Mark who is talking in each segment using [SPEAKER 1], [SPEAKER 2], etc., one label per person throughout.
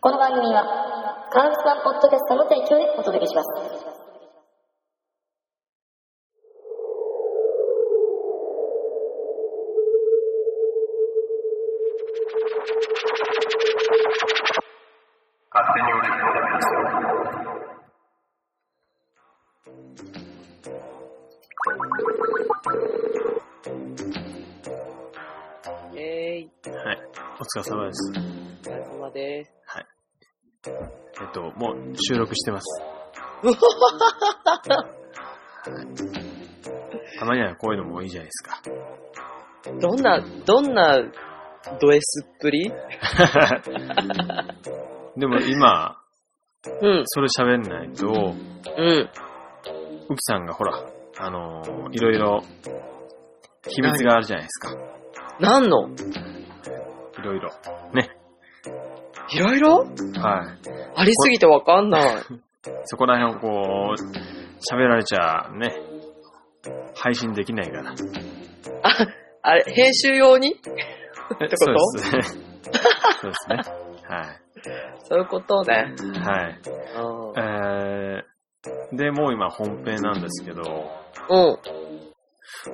[SPEAKER 1] この番組は、カウスワンポッドキャストの提供でお届けします。
[SPEAKER 2] 勝手に売れる
[SPEAKER 3] イェーイ。
[SPEAKER 4] はい。お疲れ様です。
[SPEAKER 3] お疲れ様です。
[SPEAKER 4] はい。えっと、もう収録してます。はいたまにはこういうのもいいじゃないです
[SPEAKER 3] どんな、どんな、ド S っぷり
[SPEAKER 4] か。でも今、
[SPEAKER 3] うん、
[SPEAKER 4] それ喋んないと、
[SPEAKER 3] うん。
[SPEAKER 4] ウキさんがほら、あのーいろいろ、秘密があるじゃないですか。
[SPEAKER 3] 何の
[SPEAKER 4] いろいろ。
[SPEAKER 3] いろいろ
[SPEAKER 4] はい。
[SPEAKER 3] ありすぎてわかん ない。
[SPEAKER 4] そこら辺をこう、喋られちゃ、ね、配信できないから。
[SPEAKER 3] あ、あれ、編集用にこと
[SPEAKER 4] そうですね。そうですね。はい。
[SPEAKER 3] そういうことね。
[SPEAKER 4] はい。
[SPEAKER 3] うん。うん。
[SPEAKER 4] えー、で、もう今本編なんですけど、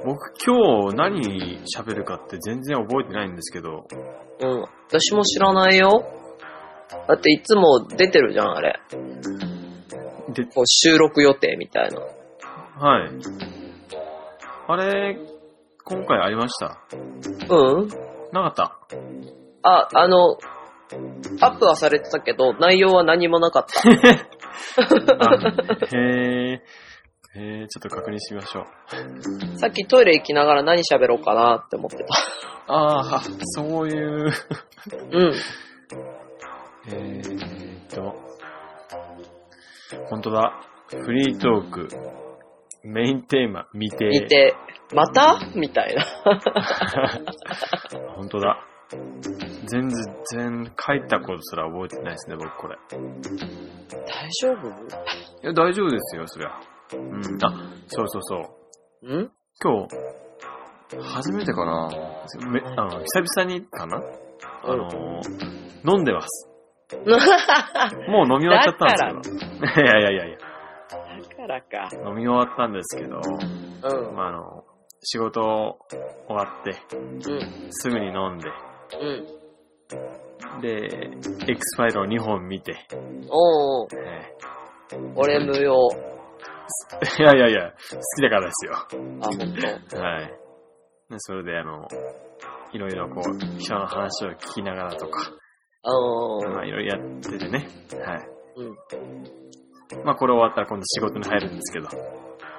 [SPEAKER 4] 僕今日何喋るかって全然覚えてないんですけど、
[SPEAKER 3] うん。私も知らないよ。だっていつも出てるじゃん、あれ。
[SPEAKER 4] で、
[SPEAKER 3] こう収録予定みたいな。
[SPEAKER 4] はい。あれ、今回ありました
[SPEAKER 3] うん
[SPEAKER 4] なかっ
[SPEAKER 3] あ、あの、アップはされてたけど、内容は何もなかった。
[SPEAKER 4] たあへえ、へえ、ちょっと確認してみましょう。
[SPEAKER 3] さっきトイレ行きながら何喋ろうかなって思ってた。
[SPEAKER 4] ああ、そういう、
[SPEAKER 3] うん。
[SPEAKER 4] えーっと、本当だ。フリートーク、メインテーマ、未定。
[SPEAKER 3] 見て、またみたいな。
[SPEAKER 4] 本当だ。全然書いたことすら覚えてないですね、僕これ。
[SPEAKER 3] 大丈夫
[SPEAKER 4] いや、大丈夫ですよ、そりゃ。うん。あ、そうそうそう。
[SPEAKER 3] ん
[SPEAKER 4] 今日、初めてかなめあの、久々にかなあの、飲んでます。もう飲み終わっちゃったんですけど。 いやいやいやい
[SPEAKER 3] だからか。
[SPEAKER 4] や、飲み終わったんですけど、
[SPEAKER 3] うん。
[SPEAKER 4] まあ、あの、仕事終わって、
[SPEAKER 3] うん。
[SPEAKER 4] すぐに飲んで、
[SPEAKER 3] うん。
[SPEAKER 4] で、X ファイルを2本見て、
[SPEAKER 3] おうおう
[SPEAKER 4] えー
[SPEAKER 3] 俺無用。
[SPEAKER 4] いやいやいや、好きだからですよ。
[SPEAKER 3] あ、ほんと。
[SPEAKER 4] はい。でそれで、あの、いろいろこう、人の話を聞きながらとか、
[SPEAKER 3] うん
[SPEAKER 4] まあいろいろやっててね。はい。
[SPEAKER 3] うん。
[SPEAKER 4] まあこれ終わったら今度仕事に入るんですけど。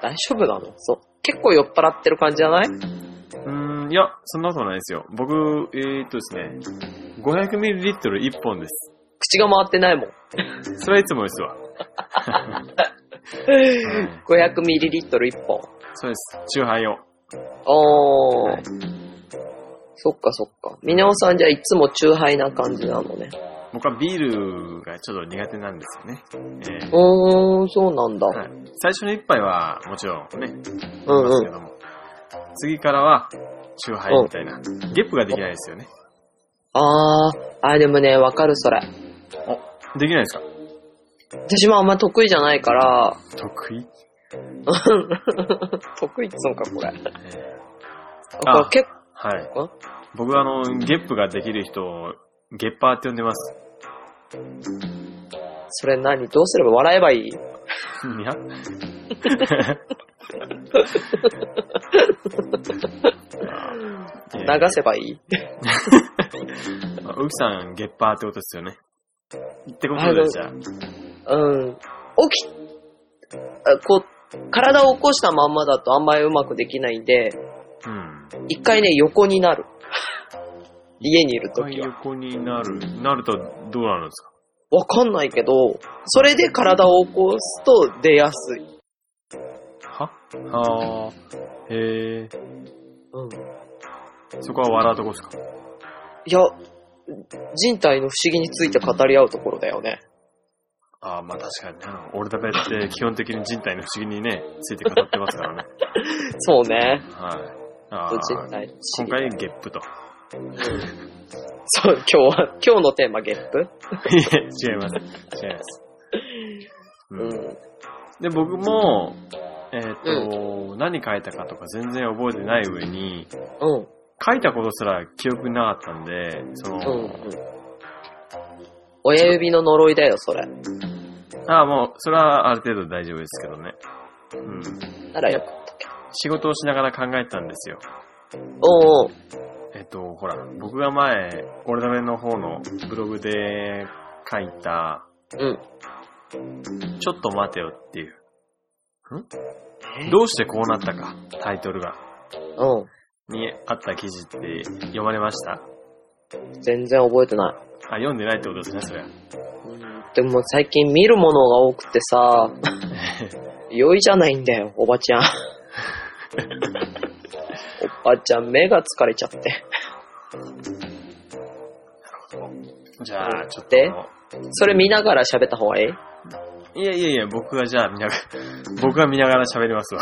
[SPEAKER 3] 大丈夫なのそう。結構酔っ払ってる感じじゃないう
[SPEAKER 4] ーん、いや、そんなことないですよ。僕、えー、っとですね、500ml1 本です。
[SPEAKER 3] 口が回ってないもん。
[SPEAKER 4] それはいつもですわ。
[SPEAKER 3] 500ml1 本。
[SPEAKER 4] そうです。中杯を。
[SPEAKER 3] おー。そっかそっか。ミネオさんじゃいつもチューハイな感じなのね。
[SPEAKER 4] 僕はビールがちょっと苦手なんですよね。えー
[SPEAKER 3] うーん、そうなんだ。
[SPEAKER 4] はい、最初の1杯はもちろんね、
[SPEAKER 3] う
[SPEAKER 4] 飲み
[SPEAKER 3] ん
[SPEAKER 4] ます
[SPEAKER 3] う
[SPEAKER 4] け
[SPEAKER 3] ん。
[SPEAKER 4] ども、次からは中杯みたいな。ゲップができないですよね。
[SPEAKER 3] あー、あーでもね、わかるそれ。
[SPEAKER 4] お、できないですか
[SPEAKER 3] 私もあんま得意じゃないから、
[SPEAKER 4] 得意
[SPEAKER 3] 得意ってそうか、これ。
[SPEAKER 4] え
[SPEAKER 3] これ結
[SPEAKER 4] ーはい
[SPEAKER 3] 構、
[SPEAKER 4] 僕はあの、ゲップができる人を、ゲッパーって呼んでます。
[SPEAKER 3] それ何どうすれば笑えばいい
[SPEAKER 4] いや。
[SPEAKER 3] 流
[SPEAKER 4] 長
[SPEAKER 3] せばいい
[SPEAKER 4] ウキさん、ゲッパーってことですよね。ってことで、じゃあ。
[SPEAKER 3] うん。起き、あこう、体を起こしたまんまだとあんまりうまくできないんで、
[SPEAKER 4] うん。
[SPEAKER 3] 一回ね、横になる。家にいるときは。
[SPEAKER 4] 横になる。なると、どうなるんですか
[SPEAKER 3] わかんないけど、それで体を起こすと出やすい。
[SPEAKER 4] はあー。へえ。
[SPEAKER 3] うん。
[SPEAKER 4] そこは笑うとこですか
[SPEAKER 3] いや、人体の不思議について語り合うところだよね。
[SPEAKER 4] ああ、まあ確かにね。俺だべって基本的に人体の不思議にね、ついて語ってますから ね。
[SPEAKER 3] そうね。
[SPEAKER 4] はい。ああ
[SPEAKER 3] 人体の不思
[SPEAKER 4] 今
[SPEAKER 3] 議だ
[SPEAKER 4] 回
[SPEAKER 3] よ。
[SPEAKER 4] ゲップと。
[SPEAKER 3] そう、今日は、今日のテーマゲップ
[SPEAKER 4] いや、違います。違います。う、
[SPEAKER 3] うんん。
[SPEAKER 4] で、僕も、えっ、と、何書いたかとか全然覚えてない上に、
[SPEAKER 3] うん。
[SPEAKER 4] 書いたことすら記憶になかったんで、そ
[SPEAKER 3] うんう
[SPEAKER 4] の、
[SPEAKER 3] ん。親指の呪いだよ、それ。
[SPEAKER 4] ああ、もう、それはある程度大丈夫ですけどね。うん。
[SPEAKER 3] ならよかったけど。
[SPEAKER 4] 仕事をしながら考えてたんですよ。
[SPEAKER 3] おうおう。
[SPEAKER 4] えっと、ほら、僕が前、俺ダメの方のブログで書いた、
[SPEAKER 3] うん。
[SPEAKER 4] ちょっと待てよっていう。どうしてこうなったか、タイトルが。
[SPEAKER 3] う
[SPEAKER 4] にあった記事って読まれました
[SPEAKER 3] ん。全然覚えてない。
[SPEAKER 4] あ、読んでないってことですね、それは。
[SPEAKER 3] うんでも最近見るものが多くてさ、酔いじゃないんだよ、おばちゃん。おばちゃん、目が疲れちゃって。
[SPEAKER 4] じゃあ、ちょっと
[SPEAKER 3] で
[SPEAKER 4] あの。
[SPEAKER 3] それ見ながら喋った方がいい
[SPEAKER 4] いやいやいや、僕がじゃあ見ながら、 僕が見ながら喋ります わ。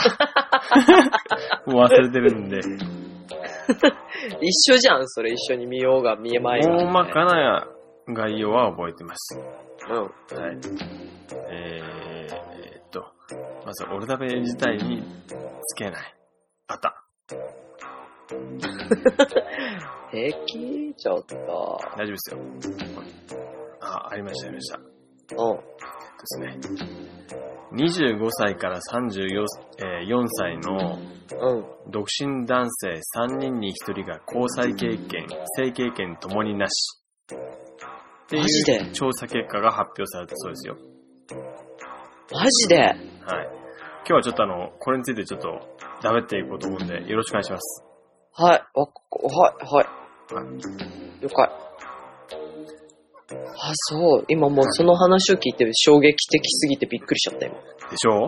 [SPEAKER 4] もう忘れてるんで。
[SPEAKER 3] 一緒じゃん、それ一緒に見ようが見えまいが。
[SPEAKER 4] 大まかな概要は覚えてます。
[SPEAKER 3] うん。
[SPEAKER 4] はい。えー、えーっと、まず、オルダベ自体につけない。あった。
[SPEAKER 3] 平気ちょっと。
[SPEAKER 4] 大丈夫ですよ。あ、ありました、ありました。
[SPEAKER 3] うん。
[SPEAKER 4] ですね。25歳から34、えー4歳の
[SPEAKER 3] うん。
[SPEAKER 4] 独身男性3人に1人が交際経験、性経験ともになし。って
[SPEAKER 3] マジ
[SPEAKER 4] い
[SPEAKER 3] で
[SPEAKER 4] う調査結果が発表されたそうですよ。
[SPEAKER 3] マジで
[SPEAKER 4] はい。今日はちょっとあの、これについてちょっと、ダメっていこうと思うんで、よろしくお願いします。
[SPEAKER 3] はい、わ、はい、はい。了解。あ、そう。今もうその話を聞いて衝撃的すぎてびっくりしちゃった今。
[SPEAKER 4] でし
[SPEAKER 3] う
[SPEAKER 4] ょう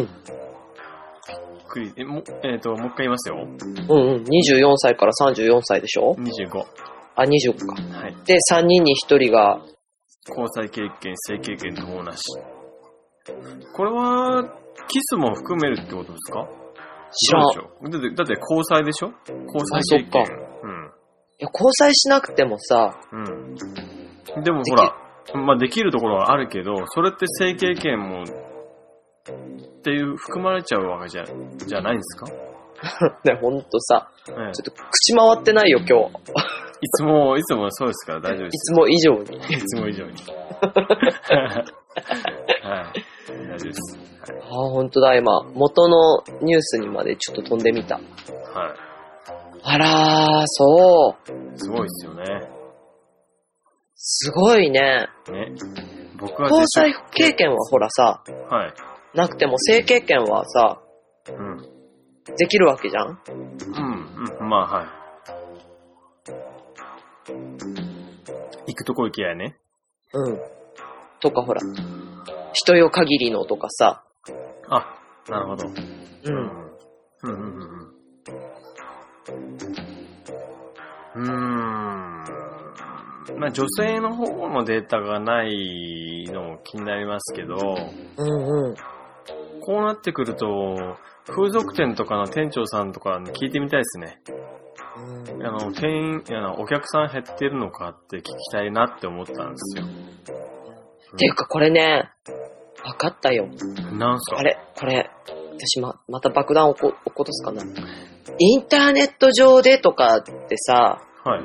[SPEAKER 3] ん。
[SPEAKER 4] クリえ、も、えっ、と、もう一回言いますよ。
[SPEAKER 3] うんうん。24歳から34歳でしょ
[SPEAKER 4] 25。
[SPEAKER 3] あ、25か。
[SPEAKER 4] はい。
[SPEAKER 3] で、3人に1人が、
[SPEAKER 4] 交際経験、性経験ともなし。これは、キスも含めるってことですか
[SPEAKER 3] 知らん。い
[SPEAKER 4] そうでしょだって、だって交際でしょ交際経験。
[SPEAKER 3] あそや、交際しなくてもさ、
[SPEAKER 4] うん。うん。でもほら、まあできるところはあるけど、それって性経験も、っていう、含まれちゃうわけじゃ、じゃないんですか、
[SPEAKER 3] ね、ほんとさ、
[SPEAKER 4] ええ
[SPEAKER 3] ちょっと口回ってないよ、今日。
[SPEAKER 4] いつも、いつもそうですから大丈夫で
[SPEAKER 3] い
[SPEAKER 4] す。
[SPEAKER 3] つも以上に。
[SPEAKER 4] いつも以上に。はい。大丈夫です。
[SPEAKER 3] あ、ほんとだ、今。元のニュースにまでちょっと飛んでみた。
[SPEAKER 4] はい。
[SPEAKER 3] あらー、そう。
[SPEAKER 4] すごいですよね。
[SPEAKER 3] すごいね。
[SPEAKER 4] ね。僕は
[SPEAKER 3] 交
[SPEAKER 4] 絶対
[SPEAKER 3] 際経験はほらさ、
[SPEAKER 4] はい。
[SPEAKER 3] なくても性経験はさ、
[SPEAKER 4] うん。
[SPEAKER 3] できるわけじゃん
[SPEAKER 4] うん、うん、まあはい。行くとこ行けやね。
[SPEAKER 3] うん。とかほら、人よ限りのとかさ、
[SPEAKER 4] あ、なるほど。
[SPEAKER 3] う。
[SPEAKER 4] うんうん、うん、うん。うーん。まあ女性の方のデータがないのも気になりますけど、
[SPEAKER 3] うんうん。
[SPEAKER 4] こうなってくると、風俗店とかの店長さんとかに聞いてみたいですね。あの、店員、あの、お客さん減ってるのかって聞きたいなって思ったんですよ。
[SPEAKER 3] ていうかこれね、わかったよ。
[SPEAKER 4] なんすか
[SPEAKER 3] あれ、これ、私ま、また爆弾をこ、起ことすかな。インターネット上でとかってさ、
[SPEAKER 4] はい。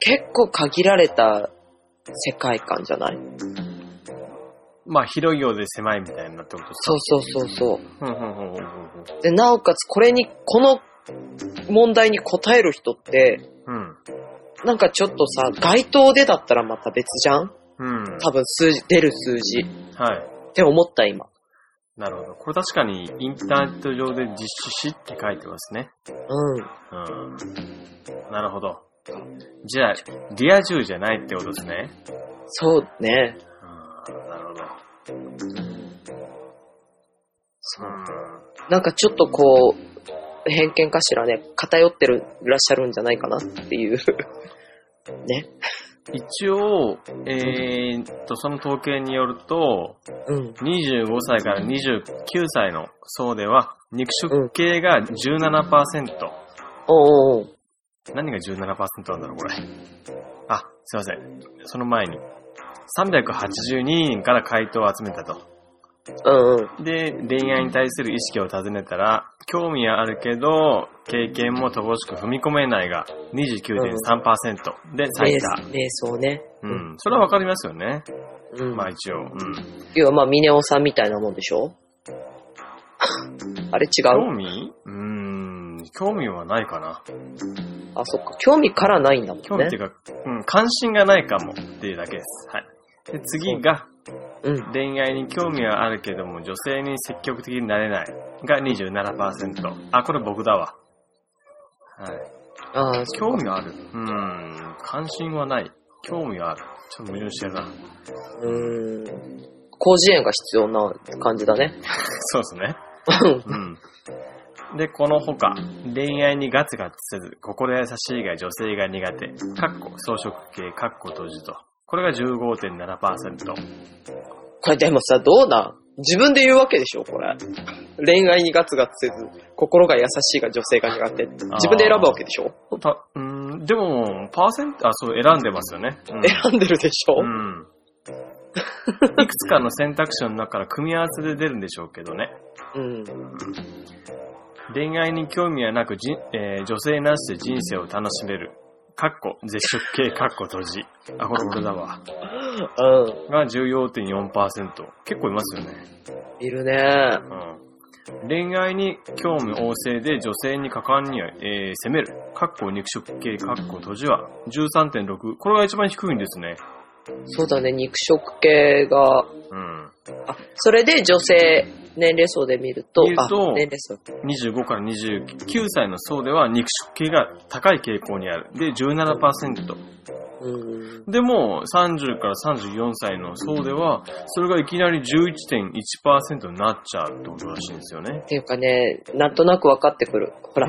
[SPEAKER 3] 結構限られた世界観じゃない
[SPEAKER 4] まあ、広いようで狭いみたいなってことです
[SPEAKER 3] そうそうそうそう。
[SPEAKER 4] か。うんうんうんうんうん
[SPEAKER 3] で、なおかつこれに、この問題に答える人って、
[SPEAKER 4] うん。
[SPEAKER 3] なんかちょっとさ、街頭でだったらまた別じゃん
[SPEAKER 4] うん。うん。
[SPEAKER 3] 多分数字、出る数字っ
[SPEAKER 4] はい。
[SPEAKER 3] て思った今。
[SPEAKER 4] なるほど。これ確かにインターネット上で実施しって書いてますね。
[SPEAKER 3] うん。
[SPEAKER 4] うん。なるほど。じゃあ、リア充じゃないってことですね。
[SPEAKER 3] そうね。
[SPEAKER 4] うん。なるほど。。
[SPEAKER 3] そううんなんかちょっとこう、偏見かしらね、偏ってる、いらっしゃるんじゃないかなっていう。 ね。
[SPEAKER 4] 一応、えーっと、その統計によると、
[SPEAKER 3] うん。
[SPEAKER 4] 25歳から29歳の層では、肉食系が17%。
[SPEAKER 3] おうおうおう
[SPEAKER 4] 何が17%なんだろう、これ。あ、すいません。その前に。382人から回答を集めたと。
[SPEAKER 3] うんうん。
[SPEAKER 4] で、恋愛に対する意識を尋ねたら、興味はあるけど、経験も乏しく踏み込めないが、29.3%で最
[SPEAKER 3] 瞑
[SPEAKER 4] 多。
[SPEAKER 3] 瞑想ね。
[SPEAKER 4] うん。それはわかりますよね。
[SPEAKER 3] うん。
[SPEAKER 4] まあ一応。うん。
[SPEAKER 3] 要はまあ、ミネオさんみたいなもんでし ょあれ違う
[SPEAKER 4] 興味うーん。興味はないかな。
[SPEAKER 3] あ、そっか。興味からないんだもんね。
[SPEAKER 4] 興味っていうか、うん、関心がないかもっていうだけです。はい。で、次が、
[SPEAKER 3] うん。
[SPEAKER 4] 恋愛に興味はあるけども女性に積極的になれないが27%あこれ僕だわ、はい、
[SPEAKER 3] ああ、そ
[SPEAKER 4] 興味はあるうーん関心はない興味はあるちょっと矛盾してるな
[SPEAKER 3] ううーん。広辞苑が必要な感じだね。
[SPEAKER 4] そうですねうんでこの他恋愛にガツガツせず心優しい以外女性が苦手かっこ草食系かっこ閉じとこれが15.7%
[SPEAKER 3] これでもさ、どうなん自分で言うわけでしょ、これ。恋愛にガツガツせず、心が優しいが女性が苦手って。自分で選ぶわけでしょ
[SPEAKER 4] たうーんでもパーセントあそう選んでますよね、うん
[SPEAKER 3] 選んでるでしょ、
[SPEAKER 4] うん。いくつかの選択肢の中から組み合わせで出るんでしょうけどね。
[SPEAKER 3] うん、
[SPEAKER 4] 恋愛に興味はなく、じえー女性なしで人生を楽しめる。かっこ、絶食系かっこ閉じ。あ、これこれだわ。
[SPEAKER 3] う
[SPEAKER 4] が14.4%。結構いますよね。
[SPEAKER 3] ん。いるね。
[SPEAKER 4] うん。恋愛に興味旺盛で女性に果敢には、えー攻める。かっこ肉食系かっこ閉じは13.6。これが一番低いんですね。
[SPEAKER 3] そうだね、肉食系が。
[SPEAKER 4] うん。
[SPEAKER 3] あ、それで女性、年齢層で見ると、
[SPEAKER 4] 見ると
[SPEAKER 3] あ、年齢層。
[SPEAKER 4] 25から29歳の層では肉食系が高い傾向にある。で、17%。
[SPEAKER 3] うん。
[SPEAKER 4] でも、30から34歳の層では、それがいきなり11.1%になっちゃうってことらしいんですよね
[SPEAKER 3] っ。ていうかね、なんとなく分かってくる。ほら、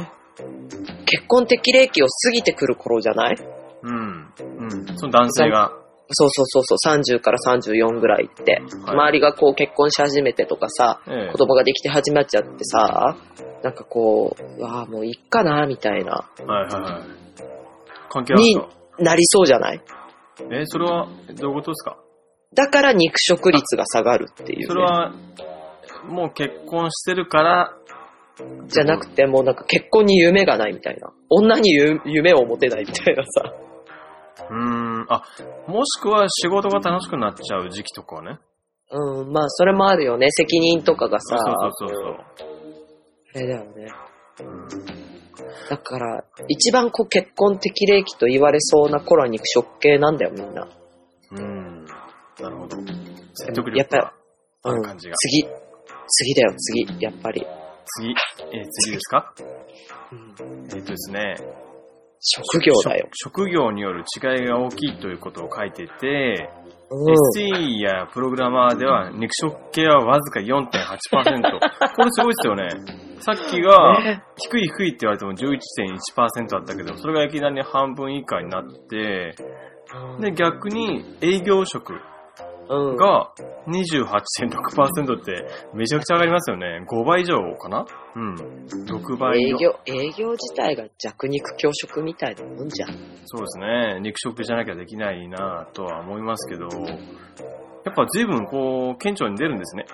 [SPEAKER 3] 結婚適齢期を過ぎてくる頃じゃない
[SPEAKER 4] うん。うん。その男性が。
[SPEAKER 3] そうそうそうそう、30から34ぐらいって。
[SPEAKER 4] はい
[SPEAKER 3] 周りがこう結婚し始めてとかさ、
[SPEAKER 4] ええ
[SPEAKER 3] 子供ができて始まっちゃってさ、なんかこう、ああ、もういっかな、みたいな、
[SPEAKER 4] はいはいはい。関係あるんですか
[SPEAKER 3] なりそうじゃない
[SPEAKER 4] え、それは、どういうことですか
[SPEAKER 3] だから肉食率が下がるっていうね、
[SPEAKER 4] それは、もう結婚してるから、
[SPEAKER 3] じゃなくて、もうなんか結婚に夢がないみたいな。女にゆ夢を持てないみたいなさ。
[SPEAKER 4] うーん、あ、もしくは仕事が楽しくなっちゃう時期とかはね。
[SPEAKER 3] うん、まあそれもあるよね。責任とかがさ、
[SPEAKER 4] そうそうそう
[SPEAKER 3] あれだよね。
[SPEAKER 4] そう。うん
[SPEAKER 3] だから、一番こう結婚適齢期と言われそうな頃は肉食系なんだよ、みんな。
[SPEAKER 4] うん。なるほど。説得
[SPEAKER 3] やっ
[SPEAKER 4] 力
[SPEAKER 3] ぱり
[SPEAKER 4] がある感じが。
[SPEAKER 3] 次。次だよ、次。やっぱり。
[SPEAKER 4] 次、えー次ですか
[SPEAKER 3] うん
[SPEAKER 4] えっ、とですね。
[SPEAKER 3] 職業だよ。
[SPEAKER 4] 職職業による違いが大きいということを書いてて、
[SPEAKER 3] うん。
[SPEAKER 4] SE やプログラマーでは肉食系はわずか4.8%。これすごいですよね。さっきが
[SPEAKER 3] ね
[SPEAKER 4] 低い低いって言われても11.1%だったけど、それがいきなり半分以下になって、で逆に営業職
[SPEAKER 3] うん。
[SPEAKER 4] が28.6%ってめちゃくちゃ上がりますよね。5倍以上かなうん。6倍以
[SPEAKER 3] 営
[SPEAKER 4] 上。
[SPEAKER 3] 業、営業自体が弱肉強食みたいなもんじゃん。
[SPEAKER 4] そうですね。肉食じゃなきゃできないなぁとは思いますけど、やっぱ随分こう、顕著に出るんですね。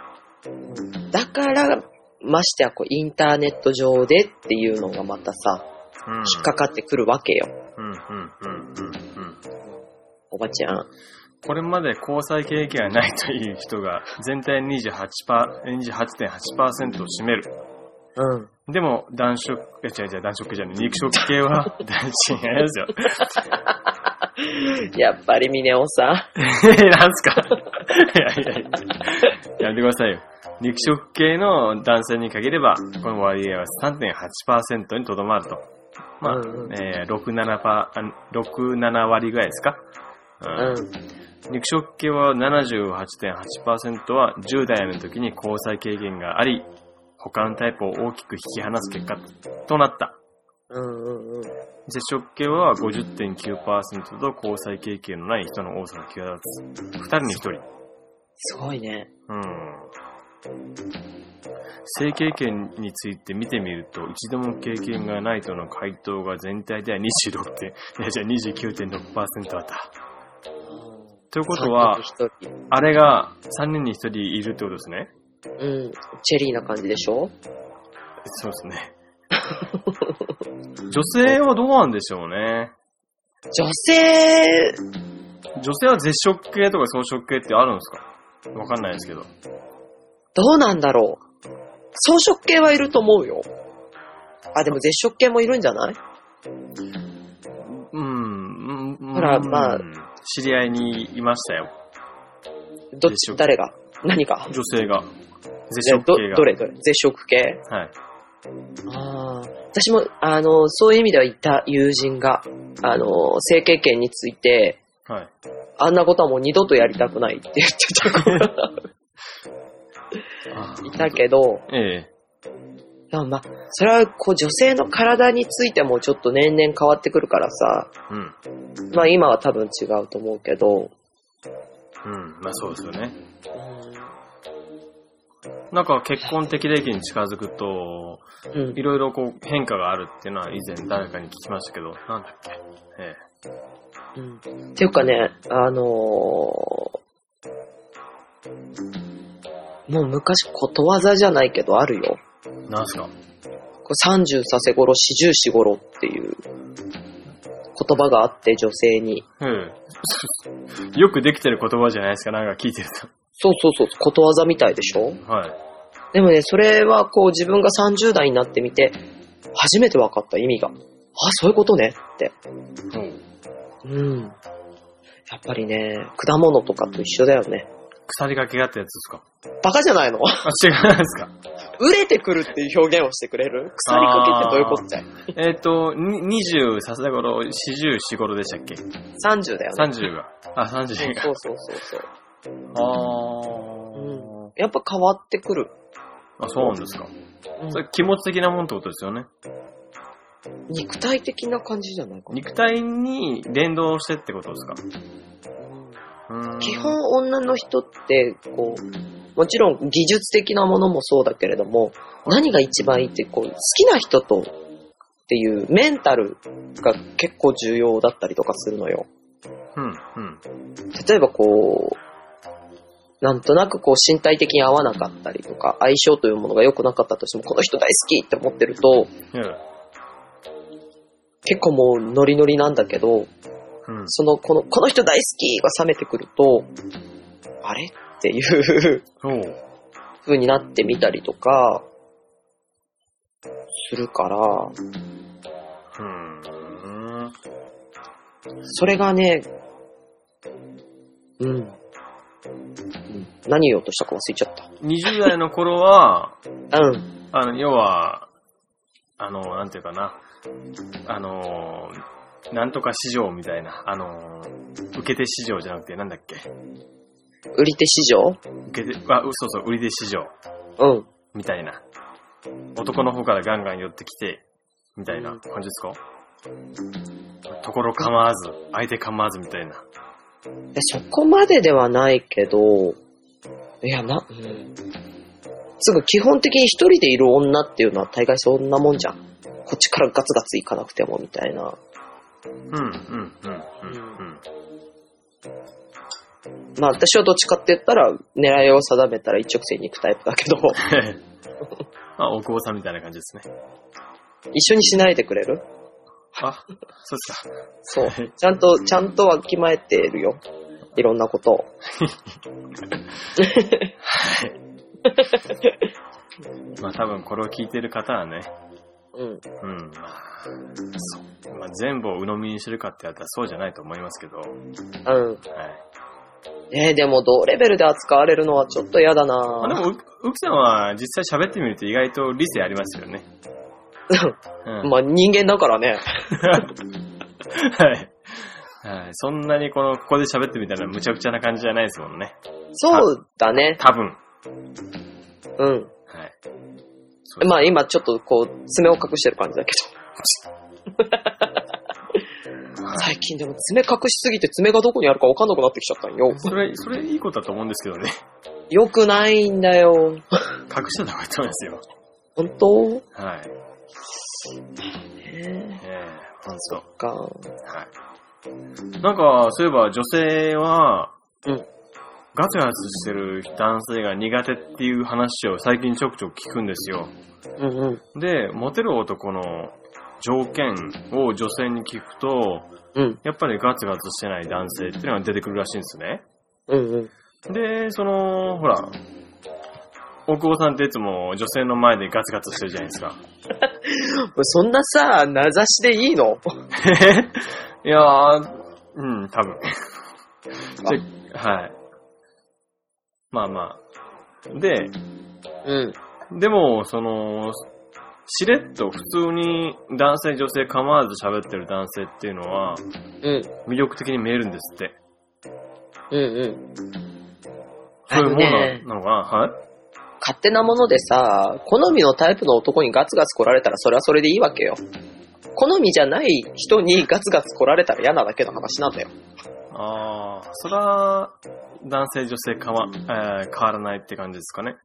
[SPEAKER 3] だから、ましてやこう、インターネット上でっていうのがまたさ、
[SPEAKER 4] うん。
[SPEAKER 3] 引っかかってくるわけよ。
[SPEAKER 4] うん、うん、うん、うん、うん。
[SPEAKER 3] おばちゃん。
[SPEAKER 4] これまで交際経験がないという人が全体の28パー28.8%を占める。
[SPEAKER 3] うん。
[SPEAKER 4] でも、男色、え、違う違う、男色じゃない、肉食系は男子がやですよ。
[SPEAKER 3] やっぱりミネオさん。
[SPEAKER 4] え、なんすかいやいやいや。やめてくださいよ。肉食系の男性に限れば、この割合は3.8%にとどまると。まあ、
[SPEAKER 3] うんうん
[SPEAKER 4] えー、6、7パー、あ6、7割ぐらいですか。
[SPEAKER 3] うん。
[SPEAKER 4] 肉食系は78.8%は10代の時に交際経験があり、他のタイプを大きく引き離す結果となった。
[SPEAKER 3] うんうんうん。
[SPEAKER 4] 絶食系は50.9%と交際経験のない人の多さが際立つ。2人に1人。
[SPEAKER 3] すごいね。
[SPEAKER 4] うん。性経験について見てみると、一度も経験がないとの回答が全体では26点、いやじゃあ29.6%あった。ということは、
[SPEAKER 3] 三人に
[SPEAKER 4] あれが3人に1人いるってことですね。
[SPEAKER 3] 一人うん。チェリーな感じでしょ
[SPEAKER 4] そうです ね。女性はどうなんでしょうね。
[SPEAKER 3] 女性、
[SPEAKER 4] 女性は絶食系とか草食系ってあるんですかわかんないですけど。
[SPEAKER 3] どうなんだろう。草食系はいると思うよ。あ、でも絶食系もいるんじゃない
[SPEAKER 4] うん。うん
[SPEAKER 3] ほら
[SPEAKER 4] うん
[SPEAKER 3] まあ
[SPEAKER 4] 知り合いにいましたよ。
[SPEAKER 3] どっ
[SPEAKER 4] 絶
[SPEAKER 3] ち、
[SPEAKER 4] 食
[SPEAKER 3] 誰が何が
[SPEAKER 4] 女性が。
[SPEAKER 3] い
[SPEAKER 4] 絶
[SPEAKER 3] や
[SPEAKER 4] 食
[SPEAKER 3] ど
[SPEAKER 4] 系が。
[SPEAKER 3] どれどれ絶食系
[SPEAKER 4] はい。
[SPEAKER 3] ああ。私も、あの、そういう意味ではいた友人が、あの、性経験について、
[SPEAKER 4] はい。
[SPEAKER 3] あんなことはもう二度とやりたくないって言ってた子が いたけど、
[SPEAKER 4] ええ。
[SPEAKER 3] でもまあ、それはこう女性の体についてもちょっと年々変わってくるからさ、
[SPEAKER 4] うん。
[SPEAKER 3] まあ今は多分違うと思うけど、
[SPEAKER 4] うん。まあそうですよね。なんか結婚適齢期に近づくと、
[SPEAKER 3] うん
[SPEAKER 4] い。ろいろこう変化があるっていうのは以前誰かに聞きましたけど、なんだっけ。え
[SPEAKER 3] うん。っていうかね、あのーもう昔ことわざじゃないけどあるよ。
[SPEAKER 4] え。なんすか
[SPEAKER 3] これ30させ頃、四十四頃っていう言葉があって女性に。
[SPEAKER 4] うん。 よくできてる言葉じゃないですか、なんか聞いてる
[SPEAKER 3] そうそうそう、ことわざみたいでしょ
[SPEAKER 4] と。はい。
[SPEAKER 3] でもね、それはこう自分が30代になってみて、初めて分かった意味が。あ、そういうことねって。うん。やっぱりね、果物とかと一緒だよね。
[SPEAKER 4] 鎖掛けがってやつですか
[SPEAKER 3] バカじゃないの
[SPEAKER 4] あ、違うんですか
[SPEAKER 3] 売れてくるっていう表現をしてくれる腐りかけってどういうことだよ。
[SPEAKER 4] えっ、と、に20させた頃、40、4頃でしたっけ
[SPEAKER 3] 30だよね。
[SPEAKER 4] ?30 が。あ、30が。
[SPEAKER 3] そうそうそうそう。
[SPEAKER 4] あー。
[SPEAKER 3] やっぱ変わってくる。
[SPEAKER 4] あ、そうなんですか。
[SPEAKER 3] うん
[SPEAKER 4] それ気持ち的なもんってことですよね。
[SPEAKER 3] 肉体的な感じじゃないかな。
[SPEAKER 4] 肉体に連動してってことですかうーん
[SPEAKER 3] 基本女の人ってこうもちろん技術的なものもそうだけれども何が一番いいってこう好きな人とっていうメンタルが結構重要だったりとかするのよ
[SPEAKER 4] うん、うん。
[SPEAKER 3] 例えばこうなんとなくこう身体的に合わなかったりとか相性というものが良くなかったとしてもこの人大好きって思ってると結構もうノリノリなんだけど
[SPEAKER 4] うん。
[SPEAKER 3] そのこのこの人大好きが冷めてくるとあれっていう
[SPEAKER 4] そう。
[SPEAKER 3] 風になってみたりとか、するから、
[SPEAKER 4] うーん。
[SPEAKER 3] それがね、うん。うん何言おうとしたか忘れちゃっ
[SPEAKER 4] 20代の頃は、
[SPEAKER 3] た。うん。
[SPEAKER 4] あの、要は、あの、なんていうかな、あの、なんとか市場みたいな、あの、受け手市場じゃなくて、なんだっけ、
[SPEAKER 3] 売り手市場
[SPEAKER 4] 受け手、あ、うそうそう、売り手市場
[SPEAKER 3] うん。
[SPEAKER 4] みたいな、男の方からガンガン寄ってきて、みたいな感じですか、ところ構わず、相手構わずみたいな。
[SPEAKER 3] でそこまでではないけど、いや、な、うん。すぐ基本的に一人でいる女っていうのは大概そんなもんじゃん。こっちからガツガツいかなくてもみたいな。
[SPEAKER 4] うん、うん、うん、うん、
[SPEAKER 3] まあ私はどっちかって言ったら狙いを定めたら一直線に行くタイプだけど、
[SPEAKER 4] うん。 まあ、大久保さんみたいな感じですね。
[SPEAKER 3] 一緒にしないでくれる
[SPEAKER 4] あ、そうで
[SPEAKER 3] そう
[SPEAKER 4] はい。
[SPEAKER 3] ちゃんと、ちゃんとわきまえてるよ。いろんなことを。
[SPEAKER 4] すか。まあ、多分これを聞いてる方はね、
[SPEAKER 3] うん。
[SPEAKER 4] うん、まあ、そうまあ、全部を鵜呑みにするかって言ったらそうじゃないと思いますけど、はい。
[SPEAKER 3] うん。えーでも同レベルで扱われるのはちょっと嫌だ
[SPEAKER 4] まあ、で
[SPEAKER 3] な
[SPEAKER 4] も、ううきさんは実際喋ってみると意外と理性あります よね。うん。
[SPEAKER 3] まあ人間だからね。
[SPEAKER 4] はい。はい。そんなにこの、ここで喋ってみたら無茶苦茶な感じじゃないですもんね。
[SPEAKER 3] そうだね。
[SPEAKER 4] 多分。
[SPEAKER 3] うん。
[SPEAKER 4] はい。
[SPEAKER 3] まあ今 ちょっとこう、爪を隠してる感じだけど。最近でも爪隠しすぎて爪がどこにあるかわかんなくなってきちゃったんよ。
[SPEAKER 4] それ、それいいことだと思うんですけどね。
[SPEAKER 3] よくないんだよ。
[SPEAKER 4] 隠しちゃダメなんですよ。
[SPEAKER 3] 本当
[SPEAKER 4] はい。
[SPEAKER 3] ね
[SPEAKER 4] ええほんと。
[SPEAKER 3] えか。
[SPEAKER 4] はい。なんか、そういえば女性は、
[SPEAKER 3] うん
[SPEAKER 4] ガツガツしてる男性が苦手っていう話を最近ちょくちょく聞くんですよ。
[SPEAKER 3] うんうん。
[SPEAKER 4] で、モテる男の条件を女性に聞くと、
[SPEAKER 3] うん。
[SPEAKER 4] やっぱりガツガツしてない男性っていうのが出てくるらしいんですね。
[SPEAKER 3] うんうん。
[SPEAKER 4] で、その、ほら、大久保さんっていつも女性の前でガツガツしてるじゃないですか。
[SPEAKER 3] そんなさ、名指しでいいの
[SPEAKER 4] いやー、うん、多分。ではい。まあまあ。で、
[SPEAKER 3] うん。
[SPEAKER 4] でも、その、しれっと普通に男性女性構わず喋ってる男性っていうのは
[SPEAKER 3] うん。
[SPEAKER 4] 魅力的に見えるんですって。
[SPEAKER 3] うんうん。
[SPEAKER 4] そ
[SPEAKER 3] あ
[SPEAKER 4] ういうもん
[SPEAKER 3] の
[SPEAKER 4] な
[SPEAKER 3] ね
[SPEAKER 4] なのかなはい
[SPEAKER 3] 勝手なものでさ、好みのタイプの男にガツガツ来られたらそれはそれでいいわけよ。好みじゃない人にガツガツ来られたら嫌なだけの話なんだよ。
[SPEAKER 4] ああ、そら、男性女性変わ、えー変わらないって感じですかね。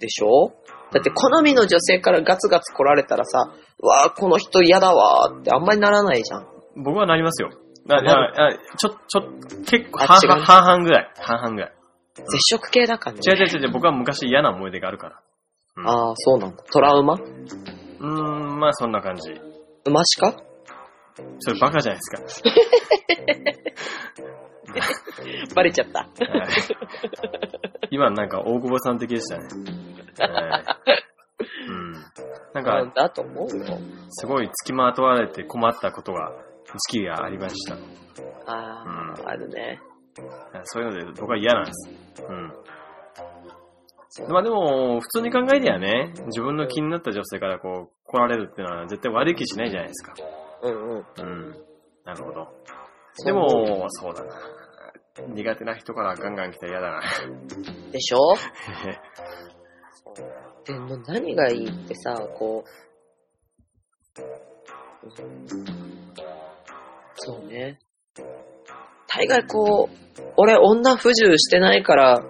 [SPEAKER 3] でしょだって好みの女性からガツガツ来られたらさ、うわあ、この人嫌だわーってあんまりならないじゃん。
[SPEAKER 4] 僕はなりますよ。あ
[SPEAKER 3] あな
[SPEAKER 4] ああちょ、ちょ、結構
[SPEAKER 3] あ
[SPEAKER 4] 半
[SPEAKER 3] 違う
[SPEAKER 4] 々、半々ぐらい。半々ぐらい。
[SPEAKER 3] 絶食系だからね。
[SPEAKER 4] 違う違う違う、僕は昔嫌な思い出があるから。
[SPEAKER 3] ああ、そうなんだ。トラウマ
[SPEAKER 4] うーん、まあそんな感じ。
[SPEAKER 3] 馬しか
[SPEAKER 4] それバカじゃないです
[SPEAKER 3] バレちゃった。
[SPEAKER 4] か。はい今なんか大久保さん的でしたね。はいうん、なん
[SPEAKER 3] な
[SPEAKER 4] か
[SPEAKER 3] ん、だと思うよ。
[SPEAKER 4] すごい付きまとわれて困ったことが、時期がありました。
[SPEAKER 3] ああ、あるね。
[SPEAKER 4] そういうので僕は嫌なんです。うん。まあでも、普通に考えてはね、自分の気になった女性からこう、来られるっていうのは絶対悪い気しないじゃないですか。
[SPEAKER 3] うんうん。
[SPEAKER 4] うん。なるほど。
[SPEAKER 3] そう
[SPEAKER 4] でも、そうだな。苦手な人からガンガン来たら嫌だな。
[SPEAKER 3] でしょでも何がいいってさ、こう、うんそうね。大概こう、俺女不自由してないから、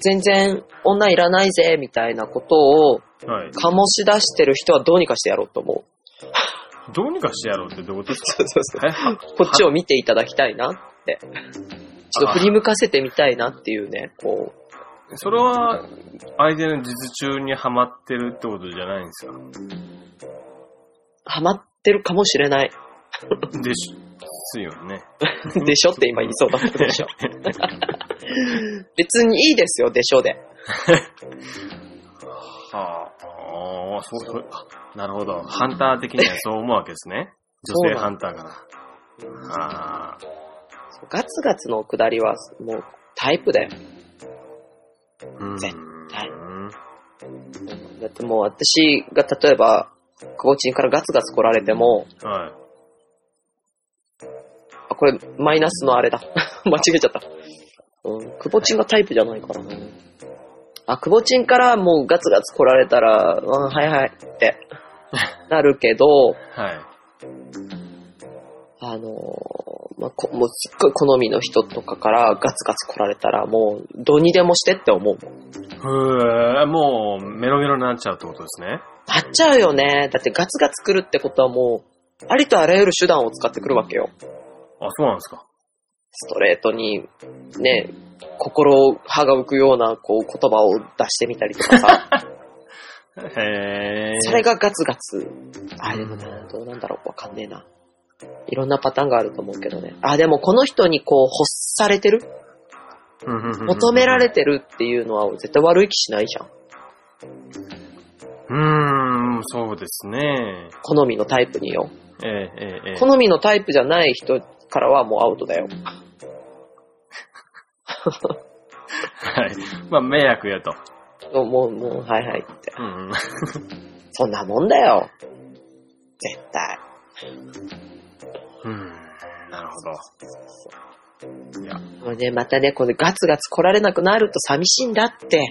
[SPEAKER 3] 全然女いらないぜ、みたいなことを
[SPEAKER 4] はい。
[SPEAKER 3] 醸し出してる人はどうにかしてやろうと思う。
[SPEAKER 4] どうにかしてやろうってどういうことです
[SPEAKER 3] そうそうそ
[SPEAKER 4] かえは
[SPEAKER 3] う。こっちを見ていただきたいなって。ちょっと振り向かせてみたいなっていうね、こう。
[SPEAKER 4] それは、相手の術中にはまってるってことじゃないんですか。
[SPEAKER 3] ハマってるかもしれない。
[SPEAKER 4] でし、ですよね。
[SPEAKER 3] でしょって今言いそうだったでしょ。別にいいですよ、でしょで。
[SPEAKER 4] はあ、ああ、そう、そう、あなるほど。ハンター的にはそう思うわけですね。
[SPEAKER 3] そうな
[SPEAKER 4] 女性
[SPEAKER 3] の
[SPEAKER 4] ハンターから。ああ、
[SPEAKER 3] ガツガツの下りはもうタイプだよ。
[SPEAKER 4] うん。
[SPEAKER 3] 絶対だってもう私が例えば、コーチンからガツガツ来られても、
[SPEAKER 4] はい。
[SPEAKER 3] あ、これマイナスのあれだ。 間違えちゃった。うん、クボチンがタイプじゃないからな。あ、クボチンからもうガツガツ来られたら、うん、はいはいってなるけど、
[SPEAKER 4] はい。
[SPEAKER 3] あのーまあ、こもうすっごい好みの人とかからガツガツ来られたらもうどうにでもしてって思うもん。
[SPEAKER 4] ふえ、もう、メロメロになっちゃうってことですね。
[SPEAKER 3] なっちゃうよね。だってガツガツ来るってことはもう、ありとあらゆる手段を使ってくるわけよ。
[SPEAKER 4] あ、そうなんですか。
[SPEAKER 3] ストレートに、ね、心歯が浮くようなこう言葉を出してみたりと かさ。
[SPEAKER 4] へえ。
[SPEAKER 3] それがガツガツ。あ、でもな、どうなんだろう。わかんねえな。いろんなパターンがあると思うけどね。あ、でもこの人にこう、欲されてる求
[SPEAKER 4] 求
[SPEAKER 3] められてるっていうのは絶対悪い気しないじゃん。
[SPEAKER 4] うーん、そうですね。
[SPEAKER 3] 好みのタイプによ。
[SPEAKER 4] ええ、ええ、ええ。
[SPEAKER 3] 好みのタイプじゃない人からはもうアウトだよ。
[SPEAKER 4] はい。まあ、迷惑やと。
[SPEAKER 3] もう、もう、はいはいって。
[SPEAKER 4] うん。
[SPEAKER 3] そんなもんだよ。絶対。
[SPEAKER 4] うん。なるほど。いや、
[SPEAKER 3] もうね、またね、これガツガツ来られなくなると寂しいんだって。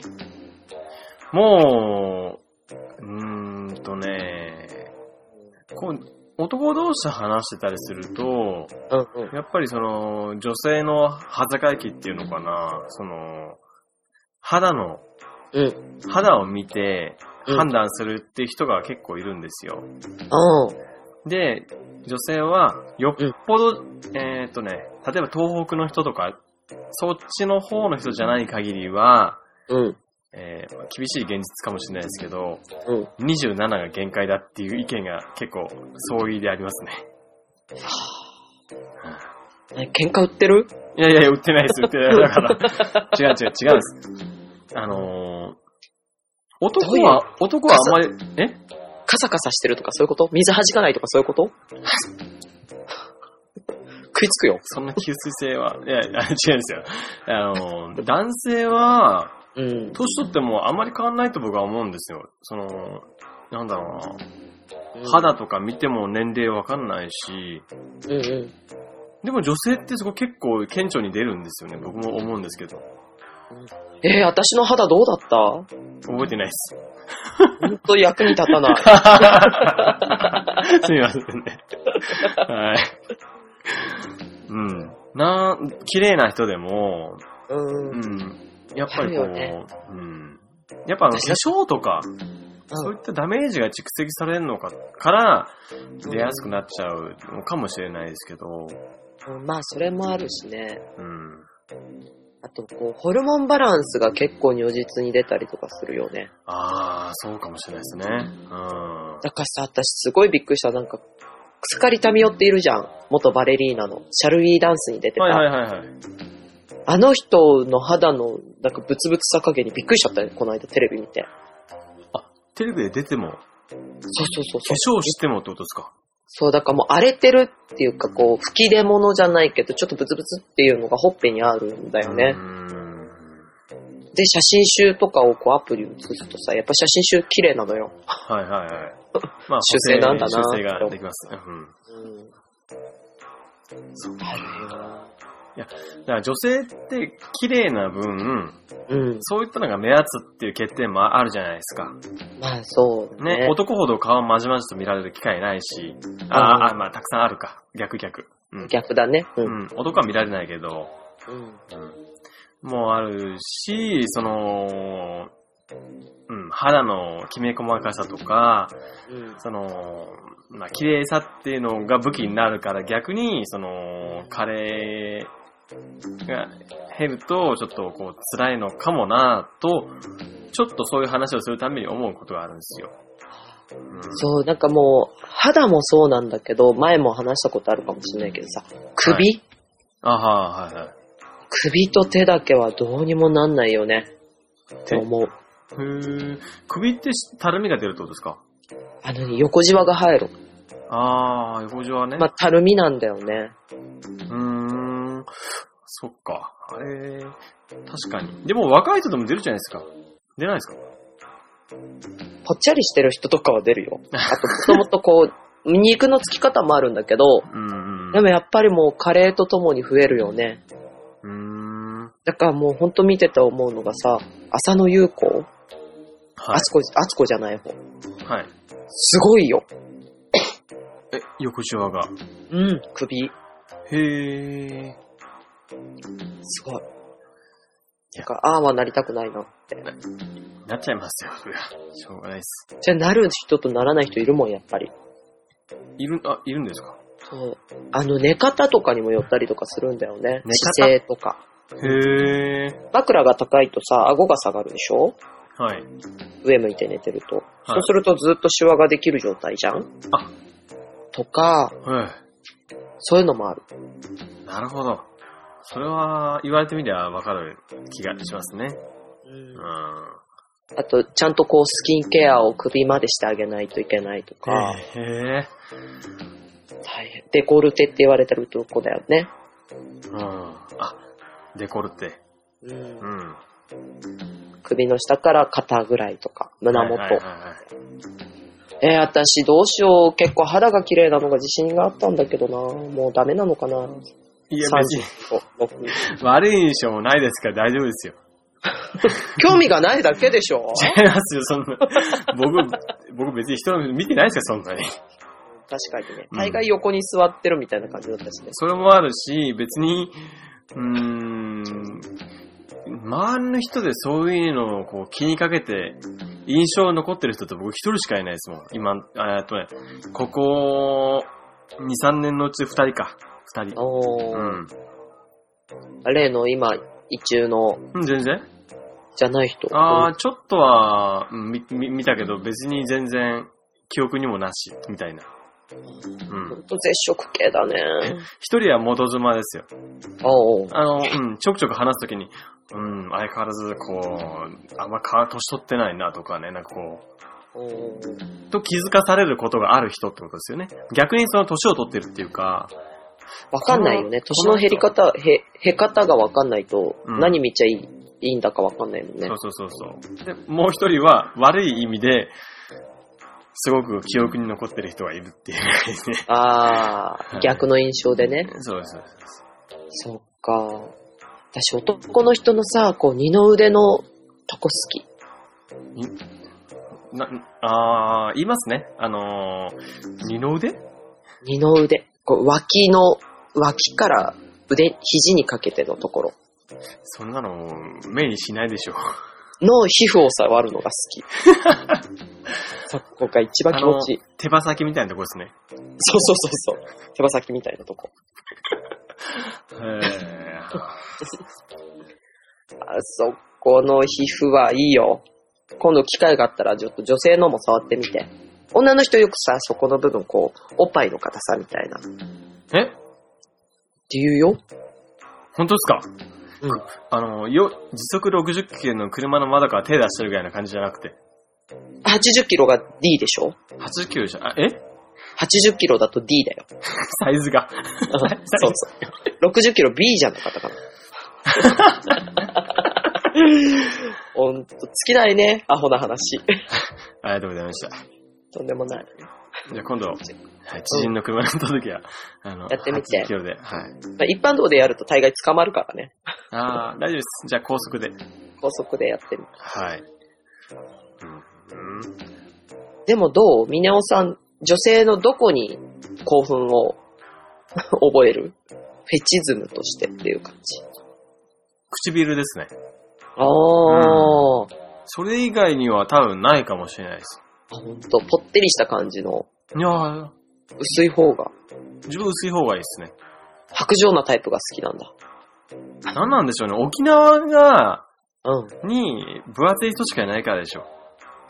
[SPEAKER 4] もう、うーんとね、こう、男同士話してたりすると、
[SPEAKER 3] うんうん。
[SPEAKER 4] やっぱりその、女性の裸かきっていうのかな、その、肌の、
[SPEAKER 3] うん。
[SPEAKER 4] 肌を見て
[SPEAKER 3] うん
[SPEAKER 4] 判断するっていう人が結構いるんですよ。
[SPEAKER 3] うん。
[SPEAKER 4] で、女性はよっぽど、えーっ、とね、例えば東北の人とか、そっちの方の人じゃない限りは、
[SPEAKER 3] うん。
[SPEAKER 4] えーまあ厳しい現実かもしれないですけど、
[SPEAKER 3] うん。
[SPEAKER 4] 27が限界だっていう意見が結構相違でありますね。
[SPEAKER 3] え、喧嘩売ってる
[SPEAKER 4] いやいや、売ってないです、売っ てない。だから、違う違う、違うんです。あのー、男は、男はあんまり、え
[SPEAKER 3] カサカサしてるとかそういうこと水弾かないとかそういうこと 食いつくよ。
[SPEAKER 4] そんな吸水性は、いや、違うんですよ。あのー、男性は、
[SPEAKER 3] うん。
[SPEAKER 4] 年取ってもあんまり変わんないと僕は思うんですよ。その、なんだろうな。肌とか見ても年齢わかんないし、
[SPEAKER 3] うんうん。
[SPEAKER 4] でも女性ってそこ結構顕著に出るんですよね。僕も思うんですけど。
[SPEAKER 3] えー、私の肌どうだった
[SPEAKER 4] 覚えてないです。
[SPEAKER 3] 本当役に立たない。
[SPEAKER 4] すみませんね。はい。うん。な、綺麗な人でも、
[SPEAKER 3] うん。
[SPEAKER 4] う
[SPEAKER 3] うん
[SPEAKER 4] ん。やっぱりこ
[SPEAKER 3] あるよね
[SPEAKER 4] う、うん。やっぱあの、化粧とか、そういったダメージが蓄積されるのかから、出やすくなっちゃうのかもしれないですけど、
[SPEAKER 3] うんまあ、それもあるしね。
[SPEAKER 4] うん。
[SPEAKER 3] あと、こう、ホルモンバランスが結構如実に出たりとかするよね。
[SPEAKER 4] ああ、そうかもしれないですね。うん。
[SPEAKER 3] だからさ、私すごいびっくりした。なんか、草刈民代っているじゃん。元バレリーナの。シャルウィーダンスに出てた。
[SPEAKER 4] はいはいはいはい。
[SPEAKER 3] あの人の肌の、なんか、ブツブツさ加減にびっくりしちゃったよ、この間テレビ見て。
[SPEAKER 4] テレビで出ても、化
[SPEAKER 3] そうそうそうそう。
[SPEAKER 4] 粧してもってことですか
[SPEAKER 3] そう、だからもう荒れてるっていうか、こう、吹き出物じゃないけど、ちょっとブツブツっていうのがほっぺにあるんだよね
[SPEAKER 4] う。ん。
[SPEAKER 3] で、写真集とかをこう、アプリに写すとさ、やっぱ写真集綺麗なのよ。
[SPEAKER 4] はいはいはい。まあ、
[SPEAKER 3] 修正なんだな
[SPEAKER 4] 修正ができます。うん。
[SPEAKER 3] うん。
[SPEAKER 4] だから女性って綺麗な分、
[SPEAKER 3] うん。
[SPEAKER 4] そういったのが目立つっていう欠点もあるじゃないですか。
[SPEAKER 3] まあ、そうだ
[SPEAKER 4] ね、
[SPEAKER 3] ね。
[SPEAKER 4] 男ほど顔まじまじと見られる機会ないし、あーあ、まあたくさんあるか。逆逆。うん。
[SPEAKER 3] 逆だね。う。
[SPEAKER 4] うんん。男は見られないけど、
[SPEAKER 3] うん。
[SPEAKER 4] うん。もうあるし、その、うん、肌のきめ細かさとか、
[SPEAKER 3] うん。
[SPEAKER 4] その、まあ、綺麗さっていうのが武器になるから逆に、その、カレーが減ると、ちょっとこう、辛いのかもなと、ちょっとそういう話をするために思うことがあるんですよ。うん
[SPEAKER 3] そう、なんかもう、肌もそうなんだけど、前も話したことあるかもしれないけどさ、首、
[SPEAKER 4] はあははいはい。
[SPEAKER 3] 首と手だけはどうにもなんないよね。
[SPEAKER 4] 手
[SPEAKER 3] と思う。
[SPEAKER 4] へー首ってたるみが出るってことですか
[SPEAKER 3] あのね、横じわが入る。
[SPEAKER 4] ああ、横はね。
[SPEAKER 3] まあ、たるみなんだよね。
[SPEAKER 4] うーん。そっか。あれ、確かに。でも若い人でも出るじゃないですか。出ないですか
[SPEAKER 3] ぽっちゃりしてる人とかは出るよ。 あと、もともとこう、肉のつき方もあるんだけど、
[SPEAKER 4] うんうん。
[SPEAKER 3] でもやっぱりもう加齢とともに増えるよね。
[SPEAKER 4] うーん。
[SPEAKER 3] だからもうほんと見てて思うのがさ、浅野優子
[SPEAKER 4] は
[SPEAKER 3] あつこ、あつこじゃない方。
[SPEAKER 4] い。はい。
[SPEAKER 3] すごいよ。
[SPEAKER 4] え、横シワが。
[SPEAKER 3] うん、首。
[SPEAKER 4] へえ。
[SPEAKER 3] すごい。なんか、ああはなりたくないなって。
[SPEAKER 4] なっちゃいますよ、そりゃ。しょうがないっす。
[SPEAKER 3] じゃあなる人とならない人いるもん、やっぱり。
[SPEAKER 4] いる、あ、いるんですか
[SPEAKER 3] そう。あの、寝方とかにもよったりとかするんだよね。姿勢とか。
[SPEAKER 4] へえ。
[SPEAKER 3] 枕が高いとさ、顎が下がるでしょ
[SPEAKER 4] はい。
[SPEAKER 3] 上向いて寝てると。そうするとずっとシワができる状態じゃん
[SPEAKER 4] あ
[SPEAKER 3] とか、
[SPEAKER 4] は
[SPEAKER 3] そういうのもある。
[SPEAKER 4] い。なるほど。それは、言われてみりゃわかる気がしますね。うん。
[SPEAKER 3] あと、ちゃんとこう、スキンケアを首までしてあげないといけないとか、
[SPEAKER 4] へえ。
[SPEAKER 3] 大変。デコルテって言われてるとこだよね。
[SPEAKER 4] うん。あ、デコルテ。
[SPEAKER 3] うん
[SPEAKER 4] う。ん。
[SPEAKER 3] 首の下から肩ぐらいとか、胸元。
[SPEAKER 4] はいはいはいはい
[SPEAKER 3] えー私どうしよう。結構肌が綺麗なのが自信があったんだけどな。もうダメなのかな。
[SPEAKER 4] いや、別に
[SPEAKER 3] 30と僕
[SPEAKER 4] 悪い印象もないですから大丈夫で すよ。
[SPEAKER 3] 興味がないだけで しょ
[SPEAKER 4] 違いますよ、そんな。僕、僕別に人の見てないですよ、そんなに。
[SPEAKER 3] 確かにね。
[SPEAKER 4] うん
[SPEAKER 3] 大概横に座ってるみたいな感じだったしね。
[SPEAKER 4] それもあるし、別に、うーん、周りの人でそういうのをこう気にかけて、印象に残ってる人って僕一人しかいないですもん。今、えっとね、ここ、2、3年のうち二人か。二人。
[SPEAKER 3] お
[SPEAKER 4] う
[SPEAKER 3] ー、
[SPEAKER 4] ん。
[SPEAKER 3] 例の今、一中の、
[SPEAKER 4] うん、全然
[SPEAKER 3] じゃない人。
[SPEAKER 4] ああ、ちょっとは、うんみ、み、見たけど、別に全然、記憶にもなし、みたいな。う
[SPEAKER 3] ほ
[SPEAKER 4] ん。
[SPEAKER 3] んと絶食系だね。
[SPEAKER 4] 一人は元妻ですよ。
[SPEAKER 3] おー
[SPEAKER 4] あの、うん、ちょくちょく話すときに、うん、相変わらず、こう、あんまか、年取ってないなとかね、なんかこ
[SPEAKER 3] おー
[SPEAKER 4] う、と気づかされることがある人ってことですよね。逆にその年を取ってるっていうか、
[SPEAKER 3] わかんないよね。
[SPEAKER 4] こ
[SPEAKER 3] 年
[SPEAKER 4] の
[SPEAKER 3] の減り方、へ、減方がわかんないと、
[SPEAKER 4] うん
[SPEAKER 3] 何見ちゃいい、いいんだかわかんないもんね
[SPEAKER 4] そう。そうそうそう。で、もう一人は悪い意味で、すごく記憶に残ってる人がいるっていう感 じで。
[SPEAKER 3] あ
[SPEAKER 4] は
[SPEAKER 3] あ、
[SPEAKER 4] い
[SPEAKER 3] 逆の印象でね。
[SPEAKER 4] そうです、そうです。
[SPEAKER 3] そっか。私、男の人のさ、こう、二の腕のとこ好き。
[SPEAKER 4] な、あー、言いますね。あのー、二の腕
[SPEAKER 3] 二の腕。こう、脇の、脇から腕、肘にかけてのところ
[SPEAKER 4] そんなの、目にしないでしょ。
[SPEAKER 3] の皮膚を触るのが好 き。そこが一番気持ちいい。
[SPEAKER 4] 手羽先みたいなとこですね。
[SPEAKER 3] そうそうそうそう。手羽先みたいなとこ。
[SPEAKER 4] へー。
[SPEAKER 3] あそこの皮膚はいいよ。今度機会があったら、ちょっと女性のも触ってみて。女の人よくさ、そこの部分、こう、おっぱいの硬さみたいな。って
[SPEAKER 4] え
[SPEAKER 3] 言うよ。
[SPEAKER 4] 本当ですか
[SPEAKER 3] うん
[SPEAKER 4] あの、よ、時速60キロの車の窓から手出してるぐらいな感じじゃなくて、
[SPEAKER 3] 80キロが D でしょ
[SPEAKER 4] 80キロじゃ、あえ
[SPEAKER 3] ?80 キロだと D だよ。
[SPEAKER 4] サイズが。
[SPEAKER 3] そうそう。60キロ B じゃなかったかな。ほんと、尽きないね。アホな話。
[SPEAKER 4] ありがとうございました。
[SPEAKER 3] とんでもない。
[SPEAKER 4] じゃあ今度、はい知人の車に乗った時は、あの、
[SPEAKER 3] やってみて
[SPEAKER 4] 80キロで。はい。
[SPEAKER 3] まあ一般道でやると大概捕まるからね。
[SPEAKER 4] ああ、大丈夫です。じゃあ高速で。
[SPEAKER 3] 高速でやってる。
[SPEAKER 4] はい。うんうん
[SPEAKER 3] でもどうミネオさん、女性のどこに興奮を 覚えるフェチズムとしてっていう感じ。
[SPEAKER 4] 唇ですね。
[SPEAKER 3] あー。
[SPEAKER 4] それ以外には多分ないかもしれないです。
[SPEAKER 3] あほんと、ぽってりした感じの
[SPEAKER 4] いやー
[SPEAKER 3] 薄い方が、
[SPEAKER 4] 自分薄い方がいいですね。
[SPEAKER 3] 白状なタイプが好きなんだ。
[SPEAKER 4] 何なんでしょうね。沖縄が、
[SPEAKER 3] うん。
[SPEAKER 4] に、分厚い人しかいないからでしょ。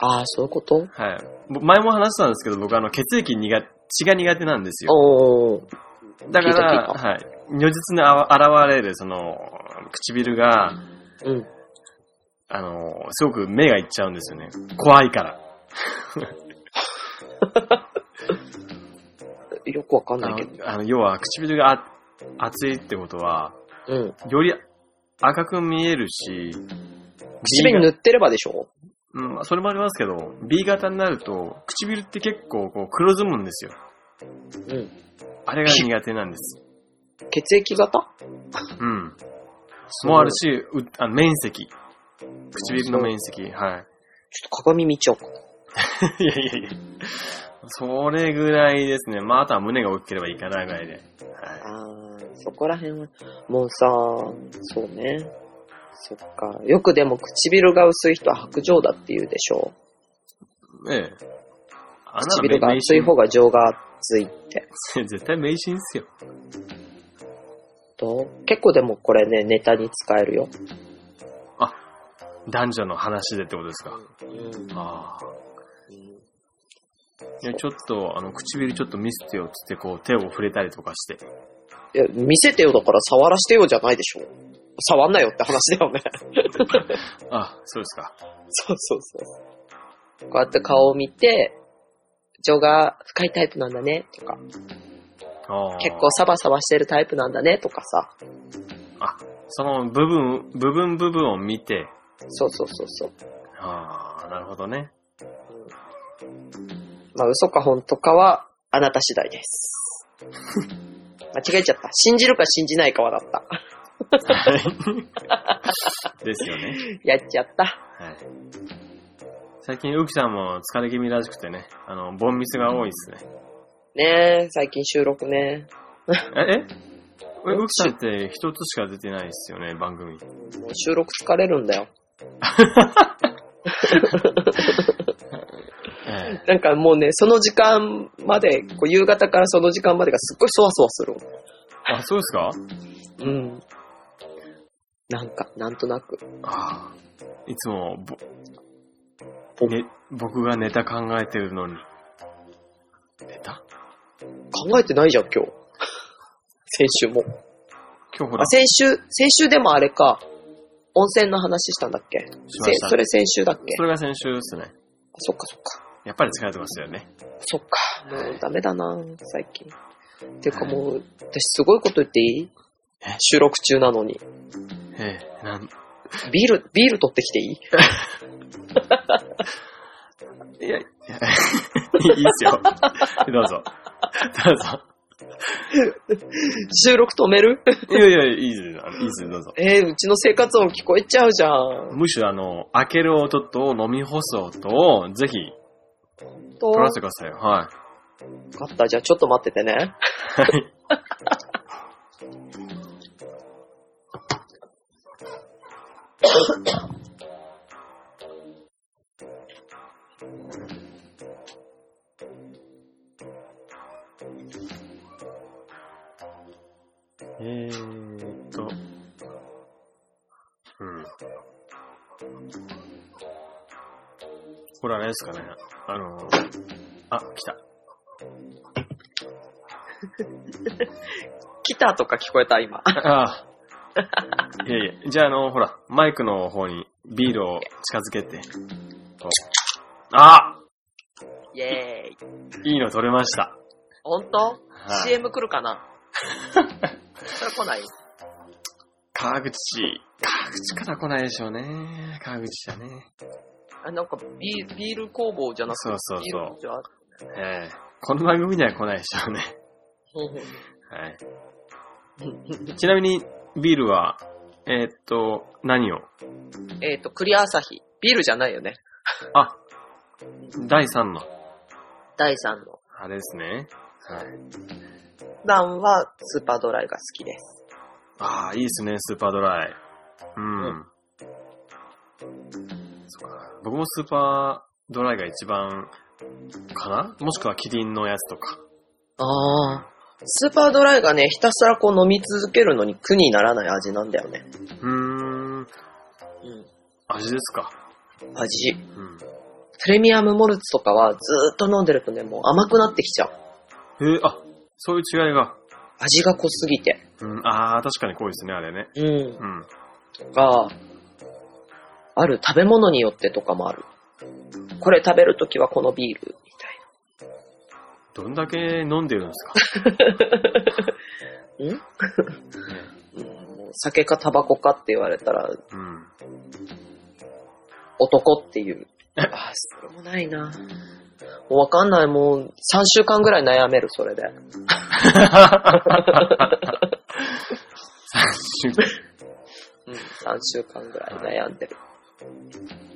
[SPEAKER 3] ああ、そういうこと
[SPEAKER 4] はい。僕前も話したんですけど、僕あの、血液苦血が苦手なんですよ。
[SPEAKER 3] おー。
[SPEAKER 4] だ
[SPEAKER 3] 聞
[SPEAKER 4] か
[SPEAKER 3] い
[SPEAKER 4] ら、
[SPEAKER 3] た聞い
[SPEAKER 4] はい。如実にあ現れる、その、唇が、
[SPEAKER 3] うん。
[SPEAKER 4] あの、すごく目がいっちゃうんですよね。怖いから。
[SPEAKER 3] よくわかん
[SPEAKER 4] あ
[SPEAKER 3] ない
[SPEAKER 4] の
[SPEAKER 3] けど。、
[SPEAKER 4] あの要は、唇があ熱いってことは、
[SPEAKER 3] うん。
[SPEAKER 4] より赤く見えるし、
[SPEAKER 3] 唇に塗ってればでしょ
[SPEAKER 4] うん、まあそれもありますけど、B 型になると、唇って結構こう黒ずむんですよ。
[SPEAKER 3] うん。
[SPEAKER 4] あれが苦手なんです。
[SPEAKER 3] 血液型
[SPEAKER 4] うん。もあるし、うあの面積。唇の面積。はい。
[SPEAKER 3] ち ょっと鏡見ちゃおうか。
[SPEAKER 4] いやいやいや。それぐらいですね。まあ、あとは胸が大きければいいかなぐらいで。はい。
[SPEAKER 3] あーそこら辺は、もうさ、そうね。そっか。よくでも唇が薄い人は白状だって言うでしょ
[SPEAKER 4] ええ。あんなの
[SPEAKER 3] 唇が厚い方が情が厚いって。
[SPEAKER 4] 迷信 絶対迷信っすよ。
[SPEAKER 3] どう結構でもこれね、ネタに使えるよ。
[SPEAKER 4] 男女の話でってことですか。
[SPEAKER 3] うん。
[SPEAKER 4] ああ。いや、ちょっと、あの、唇ちょっと見せてよっつって、こう、手を触れたりとかして。
[SPEAKER 3] いや、見せてよだから触らしてよじゃないでしょ。触んなよって話だよね。
[SPEAKER 4] あ、そうですか。
[SPEAKER 3] そうそうそう。こうやって顔を見て、情が深いタイプなんだねとか、
[SPEAKER 4] ああ。
[SPEAKER 3] 結構サバサバしてるタイプなんだねとかさ。
[SPEAKER 4] その部分、部分部分を見て、
[SPEAKER 3] そうそうそうそう。
[SPEAKER 4] ああ、なるほどね。
[SPEAKER 3] まあ嘘か本当かはあなた次第です。 間違えちゃった。信じるか信じないかはだった。
[SPEAKER 4] はい。ですよね。
[SPEAKER 3] やっちゃった。
[SPEAKER 4] はい。最近、ウキさんも疲れ気味らしくてね、あの、ボンミスが多いですね。
[SPEAKER 3] ねえ、最近収録ね。
[SPEAKER 4] えええ、うきさんって一つしか出てないですよね、番組。
[SPEAKER 3] もう収録疲れるんだよ。
[SPEAKER 4] え
[SPEAKER 3] なんかもうね、その時間まで、こう夕方からその時間までがすっごいそわそわする。
[SPEAKER 4] えあ、そうですか
[SPEAKER 3] うん。なんか、なんとなく。
[SPEAKER 4] ああいつも、ぼ、ね、僕がネタ考えてるのに。ネタ
[SPEAKER 3] 考えてないじゃん、今日。 先週も。
[SPEAKER 4] 今日ほら
[SPEAKER 3] あ、、先週、先週でもあれか。温泉の話したんだっけ
[SPEAKER 4] しました
[SPEAKER 3] せそれ先週だっけ
[SPEAKER 4] それが先週ですね。
[SPEAKER 3] あそっかそっか。
[SPEAKER 4] やっぱり疲れてましたよね。
[SPEAKER 3] そっか。もうダメだな、最近。ていうかもう、私すごいこと言っていい
[SPEAKER 4] え
[SPEAKER 3] 収録中なのに。
[SPEAKER 4] ええ、なん、
[SPEAKER 3] ビール、ビール取ってきていい
[SPEAKER 4] いや、いやいいですよ。 どうぞ。どうぞ。
[SPEAKER 3] 収録止める
[SPEAKER 4] いやいや、いいですよ。いいですよ、どうぞ。
[SPEAKER 3] えー、うちの生活音聞こえちゃうじゃん。
[SPEAKER 4] むしろあの、開ける音と飲み干す音をぜひ
[SPEAKER 3] と
[SPEAKER 4] 取らせてくださいよ。は
[SPEAKER 3] わかった。じゃあちょっと待っててね。
[SPEAKER 4] い。えーっと。うん。これはあれですかね。あのあ、来た。
[SPEAKER 3] 来たとか聞こえた、今。
[SPEAKER 4] ああ。いやいや。じゃあ、あの、ほら、マイクの方にビールを近づけて。こうあ
[SPEAKER 3] イエーイ。
[SPEAKER 4] いいの取れました。
[SPEAKER 3] ほんと
[SPEAKER 4] はい
[SPEAKER 3] ?CM 来るか なそれ来ない
[SPEAKER 4] 川口。川口から来ないでしょうね。川口だね。
[SPEAKER 3] あ、なんかビービール工房じゃなくて、
[SPEAKER 4] そうそう
[SPEAKER 3] ビール
[SPEAKER 4] そ
[SPEAKER 3] じゃあ
[SPEAKER 4] う。ええこの番組には来ないでしょうね。はい。ちなみに、ビールは、えーっと、何を
[SPEAKER 3] えっと、クリア朝日。ビールじゃないよね。
[SPEAKER 4] あ、第3の。
[SPEAKER 3] 第3の。
[SPEAKER 4] あれですね。はい。
[SPEAKER 3] 普段はスーパードライが好きです。
[SPEAKER 4] ああ、いいですね、スーパードライ。うん。
[SPEAKER 3] う
[SPEAKER 4] そっか僕もスーパードライが一番かなもしくはキリンのやつとか。
[SPEAKER 3] ああ。スーパードライがね、ひたすらこう飲み続けるのに苦にならない味なんだよね。
[SPEAKER 4] うーん、
[SPEAKER 3] う
[SPEAKER 4] 味ですか。
[SPEAKER 3] ん。味。
[SPEAKER 4] うん。
[SPEAKER 3] プレミアムモルツとかはずーっと飲んでるとね、もう甘くなってきちゃう。
[SPEAKER 4] えーあ、そういう違いが。
[SPEAKER 3] 味が濃すぎて。
[SPEAKER 4] うん、ああ、確かに濃いですね、あれね。
[SPEAKER 3] うん。
[SPEAKER 4] うん。
[SPEAKER 3] が、ある食べ物によってとかもある。これ食べるときはこのビール、みたい
[SPEAKER 4] どんだけ飲んでるんですか。
[SPEAKER 3] な。んうんもう酒かタバコかって言われたら、
[SPEAKER 4] うん。
[SPEAKER 3] 男っていう。ああ、それもないな。もうわかんない。もう3週間ぐらい悩める、それで。うん、3週間ぐらい悩んでる。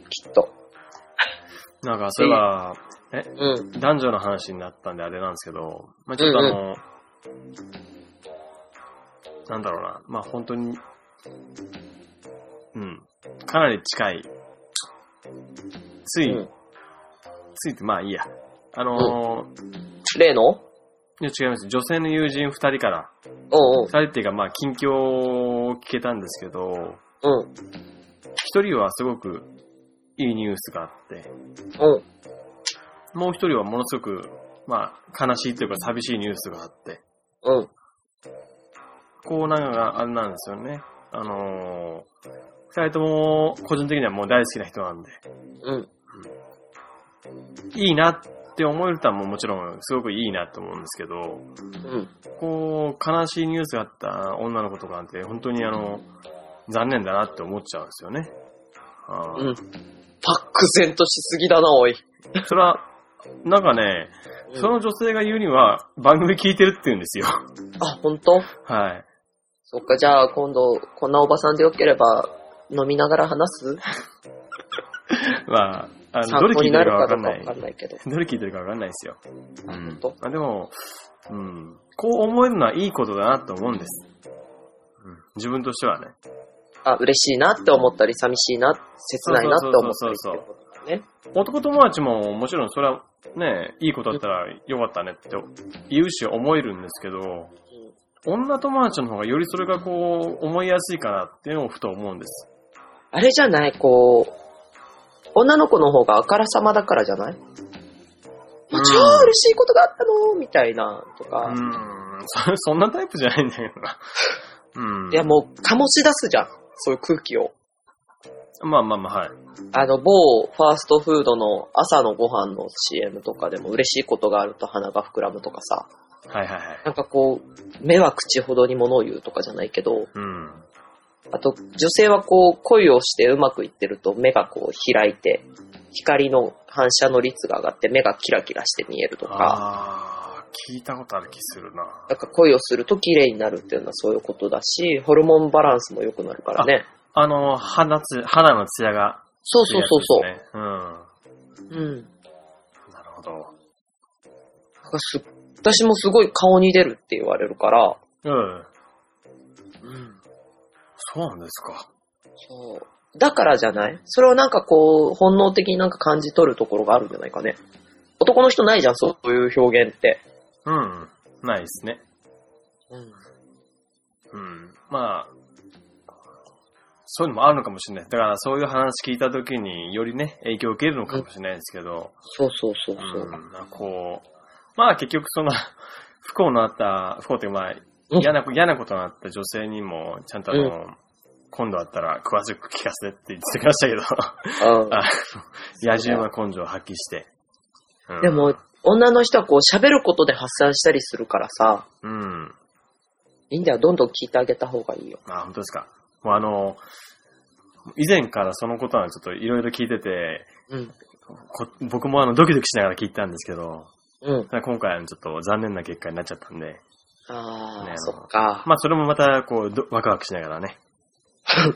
[SPEAKER 3] きっと。
[SPEAKER 4] なんか、それは、
[SPEAKER 3] うん。
[SPEAKER 4] 男女の話になったんであれなんですけど、まあ、ちょっとあの、なんだろうな、まあ本当に、うん、かなり近い。つい、
[SPEAKER 3] うん
[SPEAKER 4] ついて、まあいいや。あのー
[SPEAKER 3] 例の
[SPEAKER 4] いや違います。女性の友人二人から、
[SPEAKER 3] おう
[SPEAKER 4] 二人っていうかまあ近況を聞けたんですけど、
[SPEAKER 3] おう。
[SPEAKER 4] 一人はすごくいいニュースがあって、
[SPEAKER 3] うん。うん。
[SPEAKER 4] もう一人はものすごく、まあ悲しいというか寂しいニュースがあって、
[SPEAKER 3] うん。
[SPEAKER 4] こうなんか、あれなんですよね。あのー、二人とも、個人的にはもう大好きな人なんで、
[SPEAKER 3] うん。
[SPEAKER 4] いいなって思えるとはもうもちろん、すごくいいなと思うんですけど、
[SPEAKER 3] うん。
[SPEAKER 4] こう、悲しいニュースがあった女の子とかなんて、本当にあの、残念だなって思っちゃうんですよね。あー
[SPEAKER 3] うん。漠然としすぎだな、おい。
[SPEAKER 4] それは、なんかね、
[SPEAKER 3] うん
[SPEAKER 4] その女性が言うには、番組聞いてるって言うんですよ。
[SPEAKER 3] あ、本当？
[SPEAKER 4] はい。
[SPEAKER 3] そっか、じゃあ今度、こんなおばさんでよければ、飲みながら話す
[SPEAKER 4] まあ、あの
[SPEAKER 3] 参
[SPEAKER 4] どれ
[SPEAKER 3] 考
[SPEAKER 4] 聞
[SPEAKER 3] に
[SPEAKER 4] いて
[SPEAKER 3] なる
[SPEAKER 4] るかわ
[SPEAKER 3] かど
[SPEAKER 4] かん
[SPEAKER 3] うか
[SPEAKER 4] な
[SPEAKER 3] わ
[SPEAKER 4] い
[SPEAKER 3] か。んないけど。
[SPEAKER 4] どれ聞いてるかわかんないですよ。う
[SPEAKER 3] あ
[SPEAKER 4] ん
[SPEAKER 3] 本当。
[SPEAKER 4] あでも、うん、こう思えるのはいいことだなと思うんです。うん、自分としてはね。
[SPEAKER 3] あ、嬉しいなって思ったり、寂しいな、切ないなって思ったりって
[SPEAKER 4] そう
[SPEAKER 3] い
[SPEAKER 4] そうう
[SPEAKER 3] ことだね。
[SPEAKER 4] 男友達ももちろんそれはね、いいことだったらよかったねって言うし思えるんですけど、女友達の方がよりそれがこう思いやすいかなっていうのをふと思うんです。
[SPEAKER 3] あれじゃない、こう、女の子の方があからさまだからじゃない、もう超嬉しいことがあったのみたいな、と
[SPEAKER 4] う
[SPEAKER 3] か。
[SPEAKER 4] ん、 そそんなタイプじゃないんだけどな。うん。
[SPEAKER 3] いや、もう、醸し出すじゃん。そういう空気を。
[SPEAKER 4] まあまあまあ、はい。
[SPEAKER 3] あの、某ファーストフードの朝のご飯の CM とかでも嬉しいことがあると鼻が膨らむとかさ、
[SPEAKER 4] はいはいはい。
[SPEAKER 3] なんかこう、目は口ほどに物を言うとかじゃないけど、
[SPEAKER 4] うん。
[SPEAKER 3] あと女性はこう、恋をしてうまくいってると目がこう開いて、光の反射の率が上がって目がキラキラして見えるとか、
[SPEAKER 4] ああ、聞いたことある気するな。
[SPEAKER 3] なんか恋をすると綺麗になるっていうのはそういうことだし、ホルモンバランスも良くなるからね。
[SPEAKER 4] あの、肌つ、肌のツヤが、
[SPEAKER 3] そうそうそうそう。
[SPEAKER 4] つやつですね。
[SPEAKER 3] うん。なん
[SPEAKER 4] うん。なるほど。
[SPEAKER 3] かす私もすごい顔に出るって言われるから、
[SPEAKER 4] うん。そうなんですか。
[SPEAKER 3] そう。だからじゃないそれをなんかこう、本能的になんか感じ取るところがあるんじゃないかね。男の人ないじゃん、そういう表現って。
[SPEAKER 4] うん。ないですね。
[SPEAKER 3] うん。
[SPEAKER 4] うん。まあ、そういうのもあるのかもしれない。だからそういう話聞いた時によりね、影響を受けるのかもしれないですけど、
[SPEAKER 3] そうそうそう
[SPEAKER 4] う
[SPEAKER 3] そ
[SPEAKER 4] ん
[SPEAKER 3] う。。
[SPEAKER 4] こう、まあ結局その、 不幸のあった、不幸っていうかまあ、嫌な、嫌なことのあった女性にも、ちゃんとあの、今度あったら詳しく聞かせてって言ってきましたけど、
[SPEAKER 3] うん
[SPEAKER 4] あの野獣の根性を発揮して。うん
[SPEAKER 3] でも、、女の人はこう喋ることで発散したりするからさ、
[SPEAKER 4] うん。
[SPEAKER 3] いいんだよ、どんどん聞いてあげた方がいいよ。
[SPEAKER 4] あ、本当ですか。もうあの、以前からそのことはちょっといろいろ聞いてて、
[SPEAKER 3] うん。
[SPEAKER 4] こ僕もあのドキドキしながら聞いてたんですけど、
[SPEAKER 3] うん。
[SPEAKER 4] ただ今回はちょっと残念な結果になっちゃったんで、
[SPEAKER 3] ああ、
[SPEAKER 4] ね
[SPEAKER 3] そっか。
[SPEAKER 4] まあそれもまたこうどワクワクしながらね、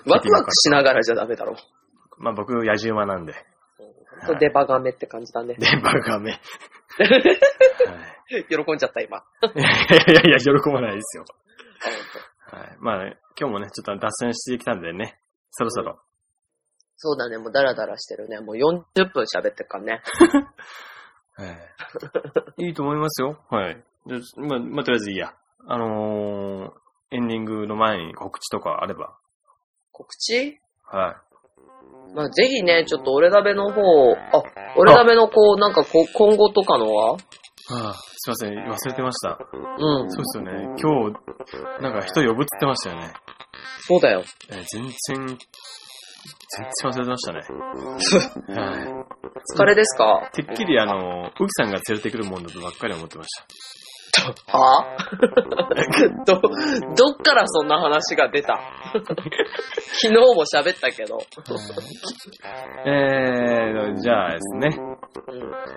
[SPEAKER 3] ワクワクしながらじゃダメだろ。
[SPEAKER 4] まあ僕野獣馬なんで、
[SPEAKER 3] ほんとデバガメって感じだね。
[SPEAKER 4] 電波が め。はい
[SPEAKER 3] 喜んじゃった、今。あ
[SPEAKER 4] いやいやいや、喜ばないですよ。
[SPEAKER 3] ほんと
[SPEAKER 4] はい。まあ、今日もね、ちょっと脱線してきたんでね、そろそろ。
[SPEAKER 3] そうだね、もうダラダラしてるね。もう40分喋ってっからね。
[SPEAKER 4] はい。いいと思いますよ。はい。じゃあまあ、まあ、とりあえずいいや。あのー、エンディングの前に告知とかあれば。
[SPEAKER 3] 告知
[SPEAKER 4] はい。
[SPEAKER 3] まあ、ぜひね、ちょっと俺ダベの方、あ、俺ダベのこう、なんかこう、今後とかのは
[SPEAKER 4] はあ、すいません、忘れてました。
[SPEAKER 3] うん、
[SPEAKER 4] そうですよね。今日、なんか人呼ぶって言ってましたよね。
[SPEAKER 3] そうだよ。
[SPEAKER 4] えー全然、全然忘れてましたね。はい。
[SPEAKER 3] 疲れですか
[SPEAKER 4] てっきりあの、ウキさんが連れてくるもんだとばっかり思ってました。
[SPEAKER 3] はど、どっからそんな話が 出た昨日も喋ったけど。
[SPEAKER 4] えー、じゃあですね、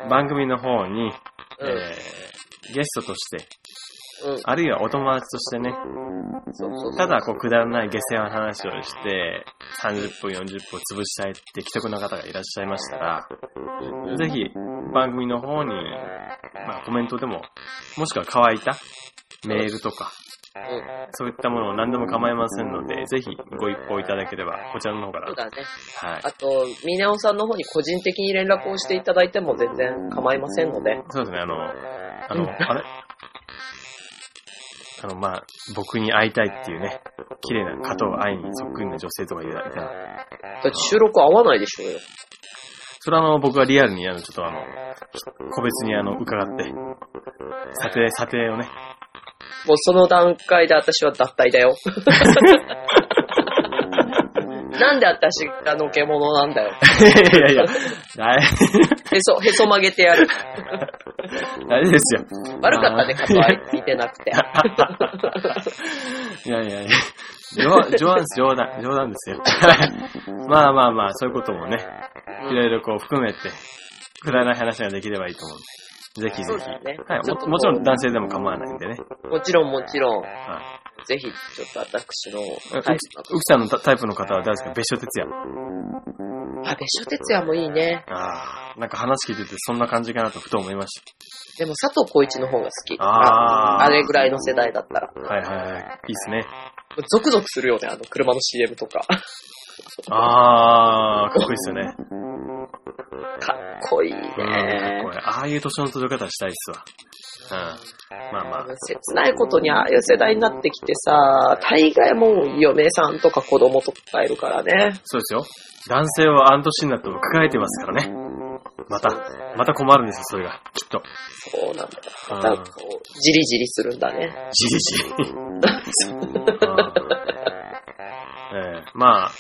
[SPEAKER 3] うん、
[SPEAKER 4] 番組の方に、
[SPEAKER 3] うん、
[SPEAKER 4] えー、ゲストとして、
[SPEAKER 3] うん、
[SPEAKER 4] あるいはお友達としてね、
[SPEAKER 3] そうそうそ
[SPEAKER 4] た
[SPEAKER 3] う。
[SPEAKER 4] だこうくだらない下世話な話をして、30分、40分を潰したいって既得な方がいらっしゃいましたら、ぜひ番組の方に、まあコメントでも、もしくは乾いたメールとか、
[SPEAKER 3] うん、
[SPEAKER 4] そういったものを何でも構いませんので、ぜひご一報いただければ、こちらの方か
[SPEAKER 3] そう
[SPEAKER 4] ら。
[SPEAKER 3] だね。
[SPEAKER 4] はい
[SPEAKER 3] あ。と、ミネオさんの方に個人的に連絡をしていただいても全然構いませんので。
[SPEAKER 4] そうですね、あの、あ
[SPEAKER 3] うん
[SPEAKER 4] の、あれあの、まあ、僕に会いたいっていうね、綺麗な方を会いにそっくりな女性とかいたら、
[SPEAKER 3] だって収録合わないでしょうよ。
[SPEAKER 4] それはあの、僕はリアルに、あの、ちょっとあの、個別にあの、伺って、査定、査定をね。
[SPEAKER 3] もうその段階で私は脱退だ よ。なんで私がのけ者なんだよ。
[SPEAKER 4] いやいや、大
[SPEAKER 3] へそ、へそ曲げてやる。
[SPEAKER 4] 大丈夫ですよ。
[SPEAKER 3] 悪かったね、
[SPEAKER 4] あ
[SPEAKER 3] カ
[SPEAKER 4] ー
[SPEAKER 3] トアイ見てなくて。
[SPEAKER 4] いやいやいや。冗冗談です、冗談、冗談ですよ。 まあまあまあ、そういうこともね、いろいろこう含めて、くだらない話ができればいいと思うんで、ぜひぜ
[SPEAKER 3] そう
[SPEAKER 4] ひ。
[SPEAKER 3] だね。
[SPEAKER 4] はい
[SPEAKER 3] ちょっ
[SPEAKER 4] も、
[SPEAKER 3] と
[SPEAKER 4] もちろん男性でも構わないんでね。
[SPEAKER 3] もちろんもちろん。
[SPEAKER 4] は
[SPEAKER 3] ぜひ、ちょっと私の、
[SPEAKER 4] い。う
[SPEAKER 3] はい
[SPEAKER 4] き、うきさんのタタイプの方は誰ですか別所哲也。
[SPEAKER 3] あ、別所哲也もいいね。
[SPEAKER 4] ああ、なんか話聞いててそんな感じかなとふと思いまし
[SPEAKER 3] でも佐藤浩市の方が好き。
[SPEAKER 4] た。ああ、
[SPEAKER 3] あれぐらいの世代だったら。
[SPEAKER 4] はいはいはい。いいっすね。
[SPEAKER 3] ゾクゾクするよね、あの車の CM とか。
[SPEAKER 4] ああ、かっこいいっすよね。
[SPEAKER 3] かっこいい
[SPEAKER 4] うん、かっ
[SPEAKER 3] ね。
[SPEAKER 4] こいい。ああいう年の届け方したいっすわ。うん。まあまあ。
[SPEAKER 3] 切ないことにああいう世代になってきてさ、大概もう嫁さんとか子供とかいるからね。
[SPEAKER 4] そうですよ。男性はあの年になっても抱えてますからね。また、また困るんですよ、それが。きっと。
[SPEAKER 3] そうなんだよ。
[SPEAKER 4] うん
[SPEAKER 3] なんかこう、じりじりするんだね。
[SPEAKER 4] じりじり。うんええまあ、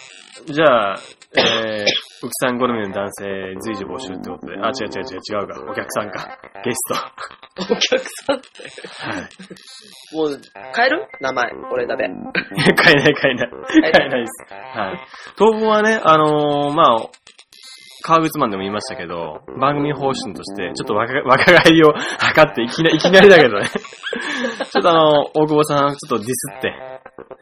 [SPEAKER 4] じゃあ、えー、奥さん好みの男性随時募集ってことで、あ、違う違う違う違うか、お客さんか、ゲスト。
[SPEAKER 3] お客さんって。
[SPEAKER 4] はい。
[SPEAKER 3] もう、変える名前、これだべ。
[SPEAKER 4] 買えない買えない。買えないです。はい。当分はね、あのーまあ、川口マンでも言いましたけど、番組方針として、ちょっと若若返りを測って、いきなり、いきなりだけどね。 ちょっとあの、大久保さん、ちょっとディスって、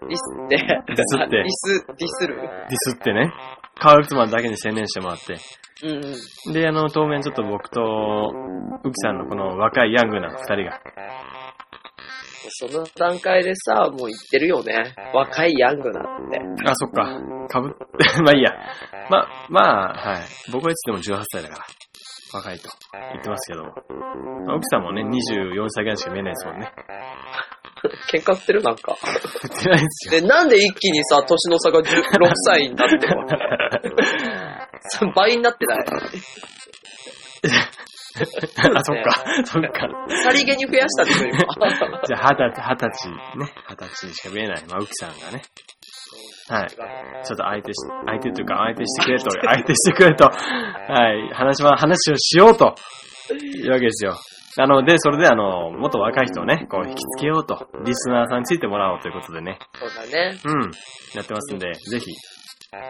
[SPEAKER 3] ディスって。デ
[SPEAKER 4] ィスって
[SPEAKER 3] ディス、ディスる。
[SPEAKER 4] ディスってね、川口マンだけに専念してもらって、
[SPEAKER 3] うんうん。
[SPEAKER 4] で、あの、当面ちょっと僕と、ウキさんのこの若いヤングな二人が、
[SPEAKER 3] その段階でさ、もう言ってるよね。若いヤングなんて。
[SPEAKER 4] あ、そっか、かぶって、 まあいいや。ま、まあ、はい。僕はいつでも18歳だから、若いと言ってますけども。まあウキさんもね、24歳ぐらいしか見えないですもんね。
[SPEAKER 3] 喧嘩してるなんか。
[SPEAKER 4] 言ってないですよ。
[SPEAKER 3] で、なんで一気にさ、年の差が16歳になってるわけさ 倍になってない。
[SPEAKER 4] あ、そっか、そっか。
[SPEAKER 3] さりげに増やしたでしょ、今。
[SPEAKER 4] じゃあ、二十歳、二十歳、ね、二十歳にしか見えない、まあ、ウキさんがね。はい。ちょっと相手し、相手というか、相手してくれと、 相手してくれと、はい、話は、話をしようと、いうわけですよ。なので、それで、あの、もっと若い人をね、こう、引きつけようと、リスナーさんについてもらおうということでね、
[SPEAKER 3] そうだね。
[SPEAKER 4] うん、やってますんで、ぜひ、うん、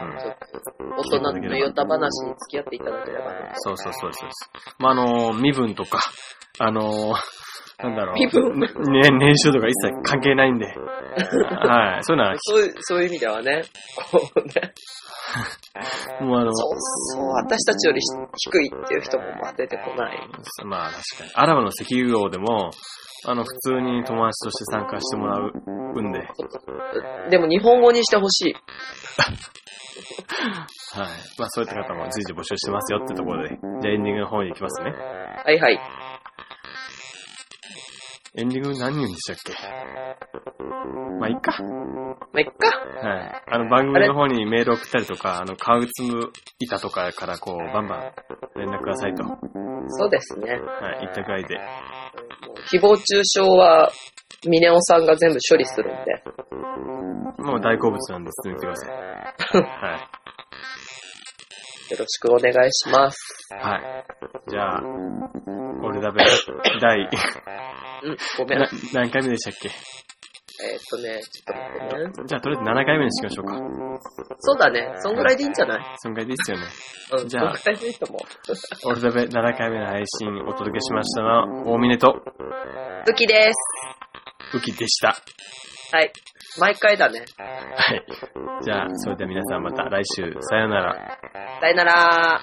[SPEAKER 3] 大人のヨタ話に付き合っていただければね。
[SPEAKER 4] そうそうそうそうです。まあ、あの、身分とか、あの、なんだろう。
[SPEAKER 3] 身分
[SPEAKER 4] ね、 年収とか一切関係ないんで。はい。そういうのは、
[SPEAKER 3] そういう、そういう意味ではね、こうね、
[SPEAKER 4] もうあの、
[SPEAKER 3] そう、そう、私たちより低いっていう人もまあ出てこない。
[SPEAKER 4] まあ確かに。アラブの石油王でも、あの、普通に友達として参加してもらうんで。はい。
[SPEAKER 3] でも日本語にしてほしい。
[SPEAKER 4] まあそういった方も随時募集してますよってところで。じゃあエンディングの方に行きますね。
[SPEAKER 3] はいはい。
[SPEAKER 4] エンディング何人でしたっけまあいっか。
[SPEAKER 3] まあ、いっか。
[SPEAKER 4] はい。あの、番組の方にメール送ったりとか、あの、川口板とかからこう、バンバン連絡くださいと、は
[SPEAKER 3] そうですね。
[SPEAKER 4] い、言ったくらいで。
[SPEAKER 3] もう誹謗中傷は、ミネオさんが全部処理するんで。
[SPEAKER 4] もう大好物なんで、進めてください。はい。
[SPEAKER 3] よろしくお願いします。
[SPEAKER 4] はい。じゃあ、俺だべ、第、
[SPEAKER 3] うん、ごめん。え
[SPEAKER 4] な 何回目でしたっけ
[SPEAKER 3] ーっとね、ちょっと待ってね。
[SPEAKER 4] じゃあ、とりあえず7回目にしましょうか。
[SPEAKER 3] そうだね。そんぐらいでいいんじゃない
[SPEAKER 4] そのぐらいでいいっすよね。
[SPEAKER 3] うん、
[SPEAKER 4] じゃあ
[SPEAKER 3] そんぐらいでいいと思う。
[SPEAKER 4] 俺だべ、7回目の配信お届けしましたのは、大峰と、
[SPEAKER 3] 好きです。
[SPEAKER 4] ウキでした。
[SPEAKER 3] はい。毎回だね。
[SPEAKER 4] はい。じゃあ、それでは皆さんまた来週、さようなら。
[SPEAKER 3] さよなら。